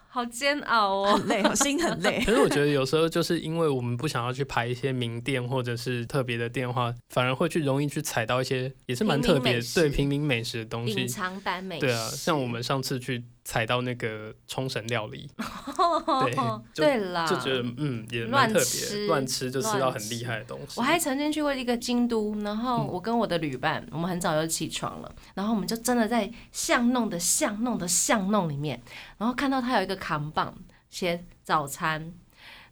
B: 好煎熬哦。
C: 很累，我心很 累。
D: 可是我觉得有时候就是因为我们不想要去排一些名店或者是特别的店的话，反而会去容易去踩到一些也是蛮
B: 平民
D: 特别
B: 美食
D: 对平民美食的东西
B: 隐。藏版美食，
D: 对啊，像 我们上次去踩到那个冲绳料理， 对就
B: 对啦，
D: 就觉得嗯也蛮
B: 啊乱
D: 特别，
B: 吃
D: 乱吃就吃到很
B: 乱吃
D: 厉害的东西。
B: 我还曾经去过一个京都，然后我跟我的旅伴，我们很早就起床了，然后我们就真的在巷弄的巷弄的巷弄里面，然后看到他有一个扛棒写早餐，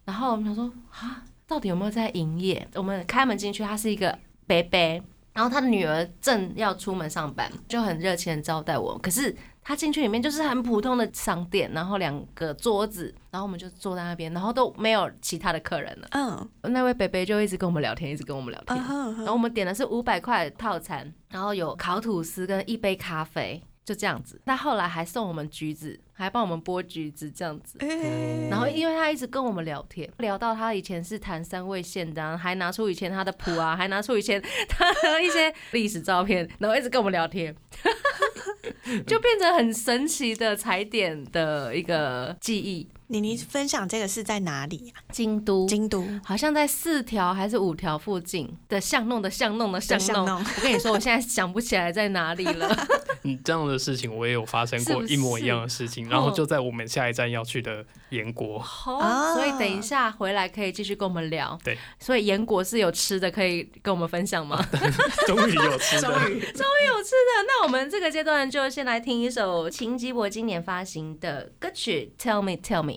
B: 然后我们想说啊，到底有没有在营业？我们开门进去，他是一个伯伯，然后他的女儿正要出门上班，就很热情的招待我，可是。他进去里面就是很普通的商店，然后两个桌子，然后我们就坐在那边，然后都没有其他的客人了。
C: 嗯，
B: 那位北北就一直跟我们聊天，一直跟我们聊天。
C: 嗯哼
B: 然后我们点的是五百块的套餐，然后有烤吐司跟一杯咖啡。就这样子。那后来还送我们橘子，还帮我们剥橘子这样子。
C: 哎
B: 然后因为他一直跟我们聊天，聊到他以前是弹三味线的、啊，还拿出以前他的谱 啊，还拿出以前他的 一些历史照片，然后一直跟我们聊天， 就变成很神奇的踩点的一个记忆。
C: 妮妮分享这个是在哪里啊？
B: 京都，
C: 京都
B: 好像在四条还是五条附近的巷弄的巷弄的巷
C: 的
B: 弄。
C: 巷弄，
B: 我跟你说，我现在想不起来在哪里 了。
D: 嗯，这样的事情我也有发生
B: 是哦
D: 过
B: 不
D: 一模一样的事情，然后就在我们下一站要 去的岩国，
B: 哦，所以等一下回来可以继续跟我们聊。
D: 对，
B: 所以盐果是有吃的，可以跟我们分享吗？
D: 终于有吃的，
B: 有吃的。那我们这个阶段就先来听一首秦基博今年发行的歌曲《Tell Me Tell Me》。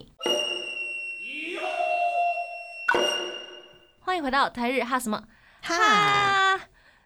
B: 欢迎回到台日哈什么哈？
C: 哈，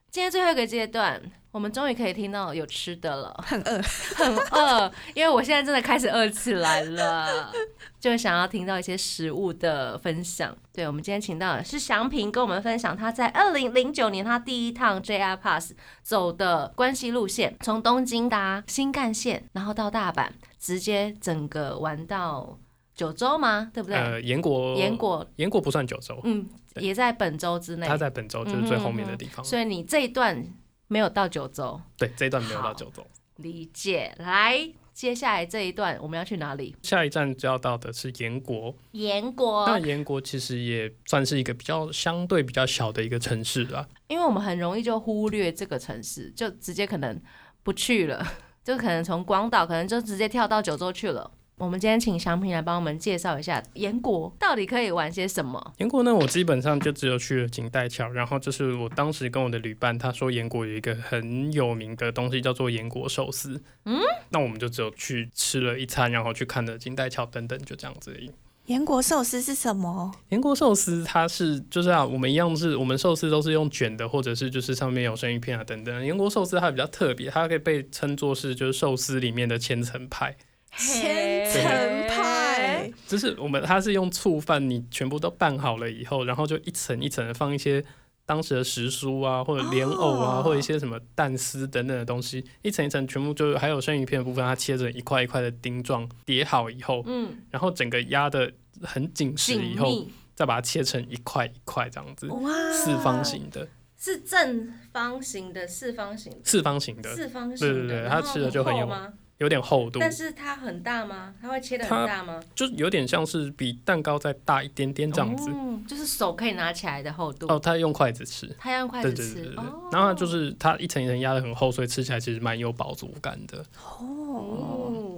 B: 今天最后一个阶段，我们终于可以听到有吃的了，
C: 很饿，
B: 很饿，因为我现在真的开始饿起来 了，就想要听到一些食物的分享。对，我们今天请到的是祥平，跟我们分享他在二零零九年他第一趟 JR Pass 走的关西路线，从东京搭新干线，然后到大阪，直接整个玩到九州吗？对不对？
D: 呃，岩国，
B: 岩，果，
D: 岩国不算九州，
B: 嗯，
D: 对
B: 也在本州之内。
D: 它在本州就是最后面的地方，
B: 所以你这一段没有到九州，
D: 对，这一段没有
B: 好
D: 到九州。
B: 理解。来，接下来这一段我们要去哪里？
D: 下一站就要到的是岩国，
B: 盐国，
D: 那岩国其实也算是一个比较相对比较小的一个城市啊啦，
B: 因为我们很容易就忽略这个城市，就直接可能不去了， 就可能从广岛，可能就直接跳到九州去了。我们今天请祥平来帮我们介绍一下盐国到底可以玩些什么。
D: 岩国呢，我基本上就只有去了景带桥，然后就是我当时跟我的旅伴，他说岩国有一个很有名的东西叫做岩国寿司，嗯，那我们就只有去吃了一餐，然后去看了景带桥等等，就这样子而已。
C: 盐国寿司是什么？
D: 岩国寿司它是就是啊，我们一样是我们寿司都是用卷的，或者是就是上面有生鱼片啊等等。岩国寿司它比较特别，它可以被称作是就是寿司里面的千层派，
C: 千层派，
D: 就是我们它是用醋饭，你全部都拌好了以后，然后就一层一层的放一些当时的时蔬啊，或者莲藕啊，
C: 哦
D: 或者一些什么蛋丝等等的东西，一层一层全部就是还有生鱼片的部分，它切成一块一块的丁状叠好以后，
B: 嗯，
D: 然后整个压的很紧实
B: 紧
D: 以后，
B: 密
D: 再把它切成一块一块这样子，
C: 哇，
D: 四方形的，
B: 是正方形的，四方形的，
D: 四方形的，
B: 四方
D: 对对
B: 形的。
D: 对
B: 然
D: 它
B: 后
D: 吃的就很
B: 厚
D: 有
B: 吗？
D: 有点厚度，
B: 但是它很大吗？它会切的很
D: 它
B: 大吗？
D: 就是有点像是比蛋糕再大一点点这样子。
B: 哦就是手可以拿起来的厚度。
D: 哦，他用筷子吃，
B: 他用筷
D: 对
B: 子
D: 对
B: 吃，
D: 对对对
B: 哦，
D: 然后它就是它一层一层压的很厚，所以吃起来其实蛮有饱足感的。
C: 哦，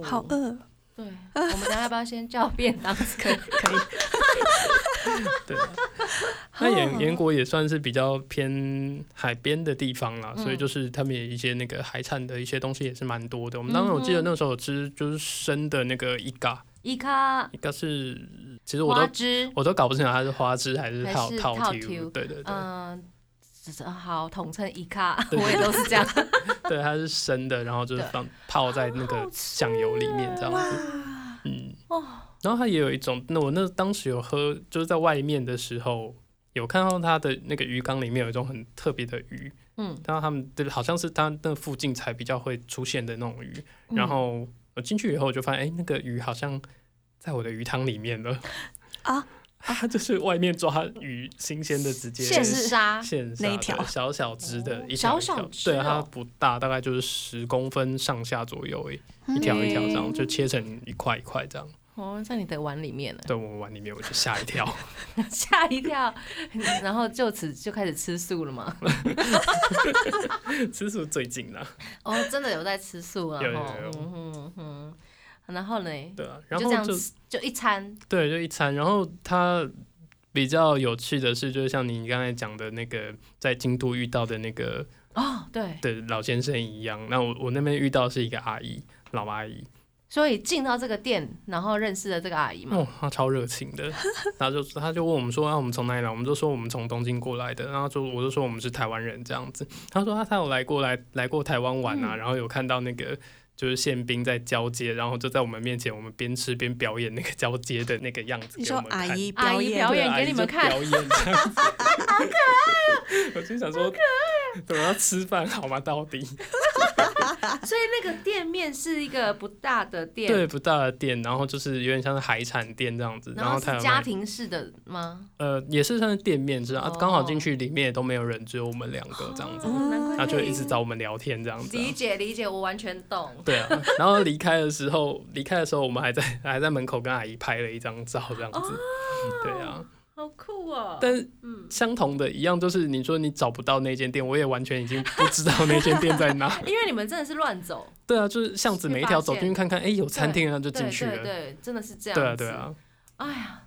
B: 哦
C: 好。饿，
B: 对，我们等下要不要先叫便当？可 以，
C: 可以，
D: 对，那
C: 哦
D: 岩岩国也算是比较偏海边的地方啦，
B: 嗯
D: 所以就是他们也一些那个海产的一些东西也是蛮多的。我们当时我记
B: 嗯
D: 得那时候有吃就是生的那个伊嘎，
B: 伊卡
D: 伊嘎是其实我
B: 花
D: 都
B: 枝，
D: 我都搞不清楚它是花枝还是
B: 还
D: 套
B: 是
D: 套
B: 套
D: Q，
B: Q，
D: 对对对，
B: 嗯，只是好统称伊卡，
D: 对
B: 我也都是这样。
D: 对它是生的，然后就是
B: 对
D: 放泡在那个酱油里面这
B: 啊
D: 样子。
C: 哇，
D: 嗯，
B: 哦
D: 然后它也有一种，那我那当时有喝，就是在外面的时候有看到它的那个鱼缸里面有一种很特别的鱼，
B: 嗯，
D: 然后他们对，好像是它那附近才比较会出现的那种鱼。
C: 嗯
D: 然后我进去以后，我就发现，哎，那个鱼好像在我的鱼汤里面了
C: 啊！
D: 它 就是外面抓鱼新鲜的直接
B: 现
C: 是
B: 杀，
D: 现杀
C: 那一
D: 的
C: 条
D: 小小只的一
B: 哦小
D: 条一条
B: 小只
D: 对，它
B: 哦
D: 不大，大概就是十公分上下左右而已，
B: 嗯
D: 一条一条这样，就切成一块一块这样。
B: 哦，在你的碗里面了，
D: 对我碗里面我就吓一跳，
B: 吓一跳， 然后就此就开始吃素了嘛？
D: 这是最近啊啦，
B: 哦，真的有在吃素了，
D: 有有
B: 吼
D: 有
B: 嗯哼嗯哼，然后呢？
D: 对啊，
B: 就
D: 然
B: 这
D: 后
B: 样
D: 就
B: 子就一餐，
D: 对，就一餐。然后它比较有趣的是，就是像你刚才讲的那个在京都遇到的那个
B: 哦，对，
D: 的老先生一样，那我我那边遇到是一个阿姨，老阿姨，
B: 所以进到这个店，然后认识了这个阿姨嘛。
D: 哦，她超热情的，她就她就问我们说，啊，我们从哪里来？我们就说我们从东京过来的，然后就我就说我们是台湾人这样子。她说啊她有来过来来过台湾玩啊，
B: 嗯
D: 然后有看到那个。就是宪兵在交接，然后就在我们面前，我们边吃边表演那个交接的那个样子
C: 你
D: 给
C: 说
D: 我们
C: 阿
D: 看。
C: 姨
B: 阿
C: 表
B: 姨
C: 演，
B: 表
D: 对
B: 演
D: 阿
B: 给
D: 姨
B: 你
D: 就
B: 们看
D: 表演这 样
B: 哦
D: 子，好可爱哦！我就想说，怎么要吃饭好吗？到底
B: 啊所以那个店面是一个不大的店，
D: 对，不大的店，然后就是有点像是海产店这样子，
B: 然后
D: 它
B: 是
D: 有
B: 家
D: 卖
B: 庭式的吗？
D: 呃也是算是店面这样，啊
B: 哦
D: 刚好进去里面也都没有人，只有我们两个这样子，
B: 哦难怪
D: 然啊后就
B: 可以
D: 一直找我们聊天这样子啊、
B: 理解理解，我完全懂。
D: 对啊，然后离开的时候，离开的时候我们还在还在门口跟阿姨拍了一张照这样子，对啊，
B: 哦好酷哦！
D: 但是
B: 嗯，
D: 相同的一样就是你说你找不到那间店，我也完全已经不知道那间店 在哪。
B: 因为你们真的是乱走，
D: 对啊，就是巷子每一条走进去看看，哎、有餐厅，那就进
B: 对
D: 去
B: 对
D: 了。
B: 对，真的是这样。
D: 对啊，对，啊，
B: 哎呀，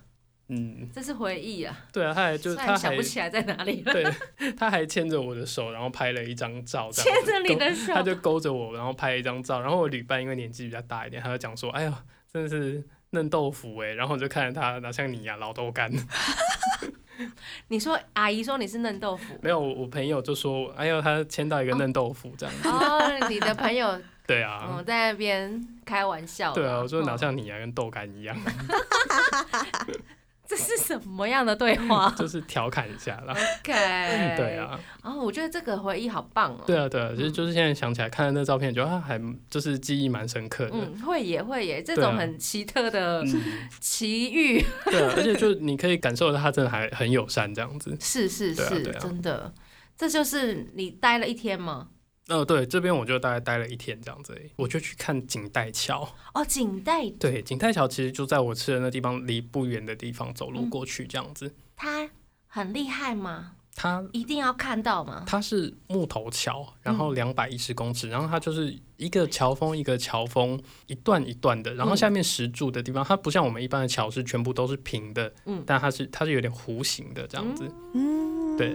D: 嗯，
B: 这是回忆啊，
D: 对啊，他还就
B: 突然
D: 是他
B: 想
D: 还
B: 不起来在哪 里了。
D: 对，他还牵着我的手，然后拍了一张照，这样
B: 牵
D: 子
B: 着你的手
D: 勾他就勾着我，然后拍了一张照。然后我旅伴因为年纪比较大一点，他就讲说：“哎呦，真的是嫩豆腐哎、然后我就看着他，哪像你呀、老豆干。，
B: 你说阿姨说你是嫩豆腐
D: 没有，我我朋友就说：“哎呦，他牵到一个嫩豆腐这样。
B: 哦，你的朋友
D: 对 啊。
B: 嗯在那边开玩笑啦。
D: 对啊，我说哪
B: 嗯
D: 像你啊，跟豆干一样，
B: 这是什么样的对 话
D: 就是调侃一下啦。
B: ？OK，
D: 对。啊，
B: 哦，我觉得这个回忆好棒哦。
D: 对啊，对啊，其实就是现在想起来，看了那照片，觉得啊还就是记忆蛮深刻的。
B: 嗯，会也会也，这
D: 啊对啊
B: 种很奇特的
D: 嗯，
B: 奇遇，
D: 对啊，而且就是你可以感受到他真的还很友善这样子。
B: 是是
D: 对啊
B: 是
D: 对，啊
B: 真的，这就是你待了一天吗？
D: 呃，对，这边我就大概待了一天这样子而已，我就去看景带桥。
B: 哦，锦带
D: 对，景带桥其实就在我吃的那地方离不远的地方，走路过去这样子。
B: 它很厉害吗？
D: 它
B: 一定要看到 吗？
D: 它是木头桥，然后两百一十公尺，然后它就是一个桥峰一个桥峰，一段一段的，然后下面石柱的地方，它不像我们一般的桥是全部都是平的，
B: 嗯
D: 但它是它是有点弧形的这样子，
C: 嗯，
D: 对，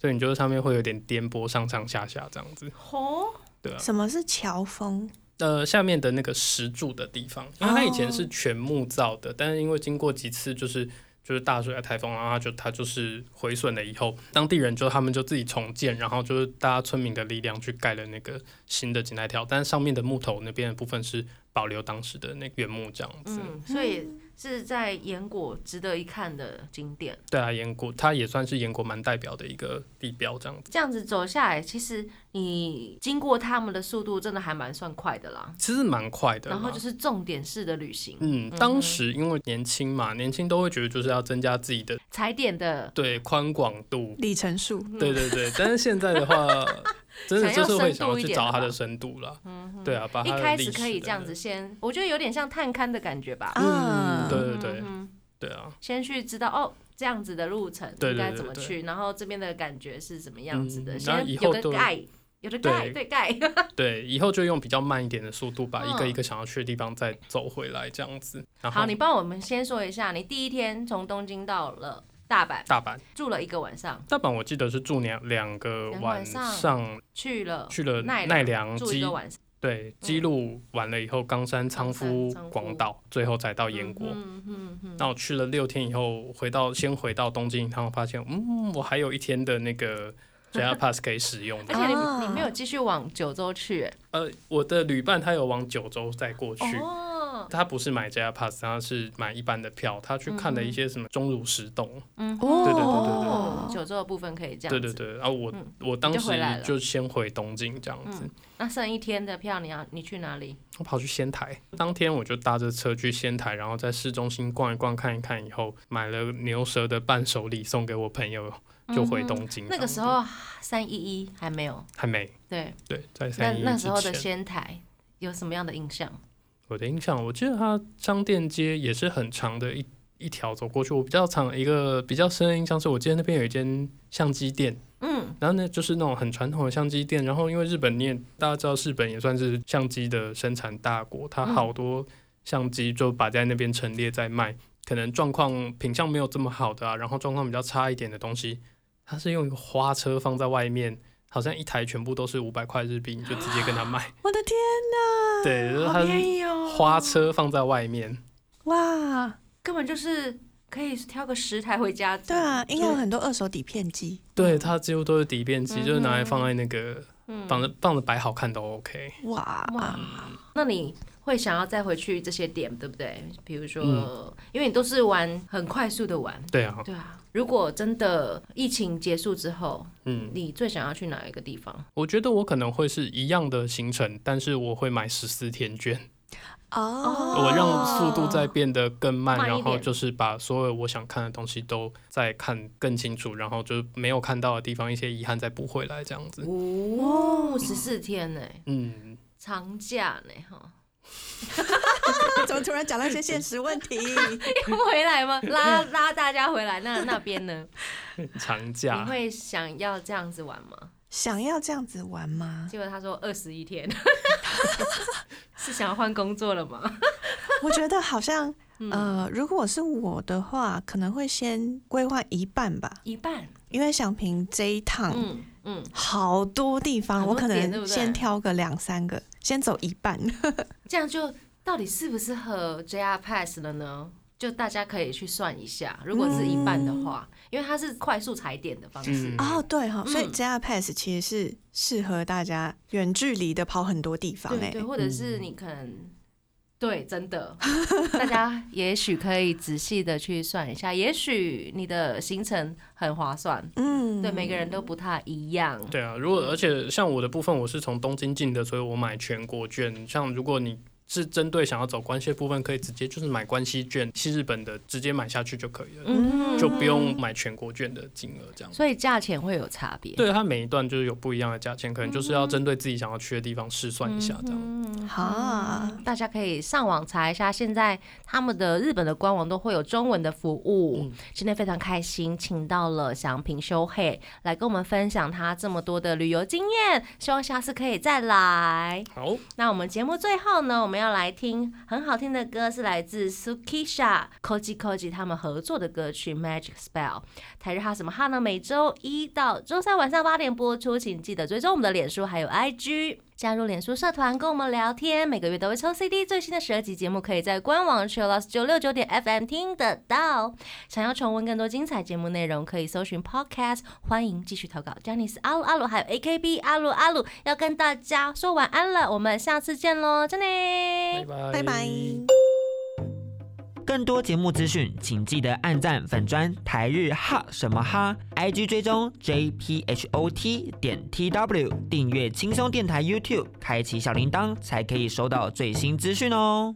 D: 所以你就是上面会有点颠簸，上上下下这样子，
B: 哦，
D: 对啊。
C: 什么是乔峰？
D: 呃，下面的那个石柱的地方，因为它以前
B: 哦
D: 是全木造的，但是因为经过几次就是就是大水啊、台风啊，然后它就它就是毁损了以后，当地人就他们就自己重建，然后就是大家村民的力量去盖了那个新的景台条，但是上面的木头那边的部分是保留当时的那个原木这样子。
B: 嗯，所以是在盐果值得一看的景点。
D: 对啊，盐国它也算是盐国蛮代表的一个地标这样子。
B: 这样子走下来，其实你经过他们的速度真的还蛮算快的啦。
D: 其实蛮快的啦，
B: 然后就是重点式的旅行，
D: 嗯，当时因为年轻嘛，年轻都会觉得就是要增加自己的
B: 踩点的
D: 对宽广度，
C: 里程数。
B: 嗯
D: 对对对，但是现在的话， 真的就是会想要去找它的深度了。对啊，把
B: 嗯一
D: 它的
B: 开
D: 历
B: 始
D: 史
B: 可以
D: 的嗯
B: 这样子，先，我觉得有点像探勘的感觉吧。
C: 啊，
D: 对对对
B: 嗯
D: 对啊，
B: 先去知道哦，这样子的路程
D: 对对
B: 应该
D: 对
B: 怎么
D: 对
B: 去，然后这边的感觉是怎么样子的，
D: 嗯然后
B: 先
D: 以
B: 有
D: 后
B: 个
D: 都
B: 盖，有个盖，
D: 对
B: 对盖，
D: 对，以后就用比较慢一点的速度，把
B: 嗯
D: 一个一个想要去的地方再走回来这样子。然 后
B: 好，你帮我们先说一下，你第一天从东京到了大阪，
D: 大阪，
B: 住了一个晚上，
D: 大阪我记得是住两两个
B: 两个
D: 晚
B: 晚上
D: 上，
B: 去了
D: 去了
B: 奈
D: 奈良
B: 住一
D: 基
B: 个晚上，
D: 对基路完了以后，冈山、
B: 嗯
D: 仓
B: 冈
D: 敷
B: 山仓、敷
D: 广岛，最后才到岩国。
B: 嗯嗯嗯，
D: 那我去了六天以后，回到先回到东京一趟，发现嗯，我还有一天的那个 JR Pass 可以使用的
B: 而。且
C: 啊
B: 你你没有继续往九州去，
D: 呃，我的旅伴他有往九州再过去，
B: 哦，
D: 他不是买 JR Pass，他是买一般的票，他去看了一些什么钟乳石洞，
B: 嗯，
C: 哦
D: 对对对
B: 哦，九州的部分可以这样
D: 对
B: 子，
D: 对对，然后我、
B: 嗯
D: 我当
B: 就
D: 时
B: 回来了
D: 就先回东京这样子，
B: 嗯那剩一天的票，你要你去哪里？
D: 我跑去仙台，当天我就搭着车去仙台，然后在市中心逛一逛看一看，以后买了牛舌的伴手礼送给我朋友，就回东京、
B: 嗯那个时候三一一还没有，
D: 还没
B: 对，
D: 对，在
B: 那
D: 三一
B: 那
D: 之
B: 时候的
D: 前。
B: 仙台有什么样的印象？
D: 我的印象，我记得它商店街也是很长的一一条走过去。我比较长一个比较深的印象是，我记得那边有一间相机店，
B: 嗯，
D: 然后呢就是那种很传统的相机店。然后因为日本你也大家知道，日本也算是相机的生产大国，它
B: 嗯
D: 好多相机就摆在那边陈列在卖。可能状况品相没有这么好的啊，然后状况比较差一点的东西，它是用一个花车放在外面，好像一台全部都是五百块日币，你就直接跟他买。
C: 我的天哪！
D: 对，就是
C: 好
D: 它
C: 便
D: 是
C: 宜哦！
D: 花车放在外面。
C: 哇，
B: 根本就是可以挑个十台回家。
C: 对啊，，应该有很多二手底片机。
D: 对，它几乎都是底片机，就是拿来放在那个
B: 嗯
D: 放着放着摆好看都 OK。
C: 哇，
B: 哇那你会想要再回去这些点，对不对？比如说，
D: 嗯
B: 因为你都是玩很快速的玩，
D: 对啊，
B: 对啊，如果真的疫情结束之后，
D: 嗯，
B: 你最想要去哪一个地方？
D: 我觉得我可能会是一样的行程，但是我会买十四天券，
C: 哦，
D: 我让速度再变得更慢，
B: 慢一
D: 然后
B: 点
D: 就是把所有我想看的东西都再看更清楚，然后就是没有看到的地方一些遗憾再补回来这样子。
B: 哦，十四天呢、
D: 嗯，
B: 长假呢、 哈，
C: 怎么突然讲到一些 现实问题？
B: 要回来吗？拉拉大家回来，那那边呢？
D: 长
B: 你
D: 假，
B: 会想要这样子玩吗？
C: 想要这样子 玩吗？
B: 结果他说二十一天， 是想要换工作了吗？
C: 我觉得好像，
B: 嗯
C: 呃，如果是我的话，可能会先规划一半吧，
B: 一半，
C: 因为想凭这一趟
B: 嗯嗯，
C: 好多地方，
B: 很多
C: 我可
B: 点对嗯不对
C: 能先挑个两三个，先走一半。
B: 这样就到底适不适合 JR Pass 了呢？就大家可以去算一下，如果是一半的话，因为它是快速踩点的方式，
D: 嗯，
C: 哦，对哈、所以
B: 嗯
C: JR Pass 其实是适合大家远距离的跑很多地方哎、
B: 对对，或者是你可能。对，真的，大家也许可以仔细的去算一下，也许你的行程很划算，
C: 嗯，
B: 对每个人都不太一样。
D: 对啊，如果而且像我的部分，我是从东京进的，所以我买全国券。像如果你是针对想要走关西的部分，可以直接就是买关西券，去日本的直接买下去就可以了，
B: 嗯
D: 就不用买全国券的金额这样。
B: 所以价钱会有差别。
D: 嗯对它每一段就是有不一样的价钱，可能就是要针对自己想要去的地方试算一下这
C: 嗯
D: 样。
C: 哈，
B: 大家可以上网查一下，现在他们的日本的官网都会有中文的服务。
D: 嗯
B: 今天非常开心，请到了祥平修黑来跟我们分享他这么多的旅游经验，希望下次可以再来。
D: 好，
B: 那我们节目最后呢，我们要来听很好听的歌，是来自 Sukisha、Koji Koji 他们合作的歌曲《Magic Spell》。台日哈什么哈呢？每周一到周三晚上八点播出，请记得追踪我们的脸书还有 IG，加入脸书社团跟我们聊天。每个月都会抽 CD，最新的十二集节目可以在官网 chillus 九六九点 FM 听得到。想要重温更多精彩节目内容，可以搜寻 Podcast。欢迎继续投稿 j a n i c e 阿鲁阿鲁，还有 AKB 阿鲁阿鲁，要跟大家说晚安了，我们下次见喽 j a n
D: 拜
B: i
C: 拜
D: 拜，
C: 拜。
E: 更多节目资讯，请记得按赞粉砖台日哈什么哈，IG 追踪 JPHOT 点 TW，订阅轻松电台 YouTube，开启小铃铛才可以收到最新资讯哦。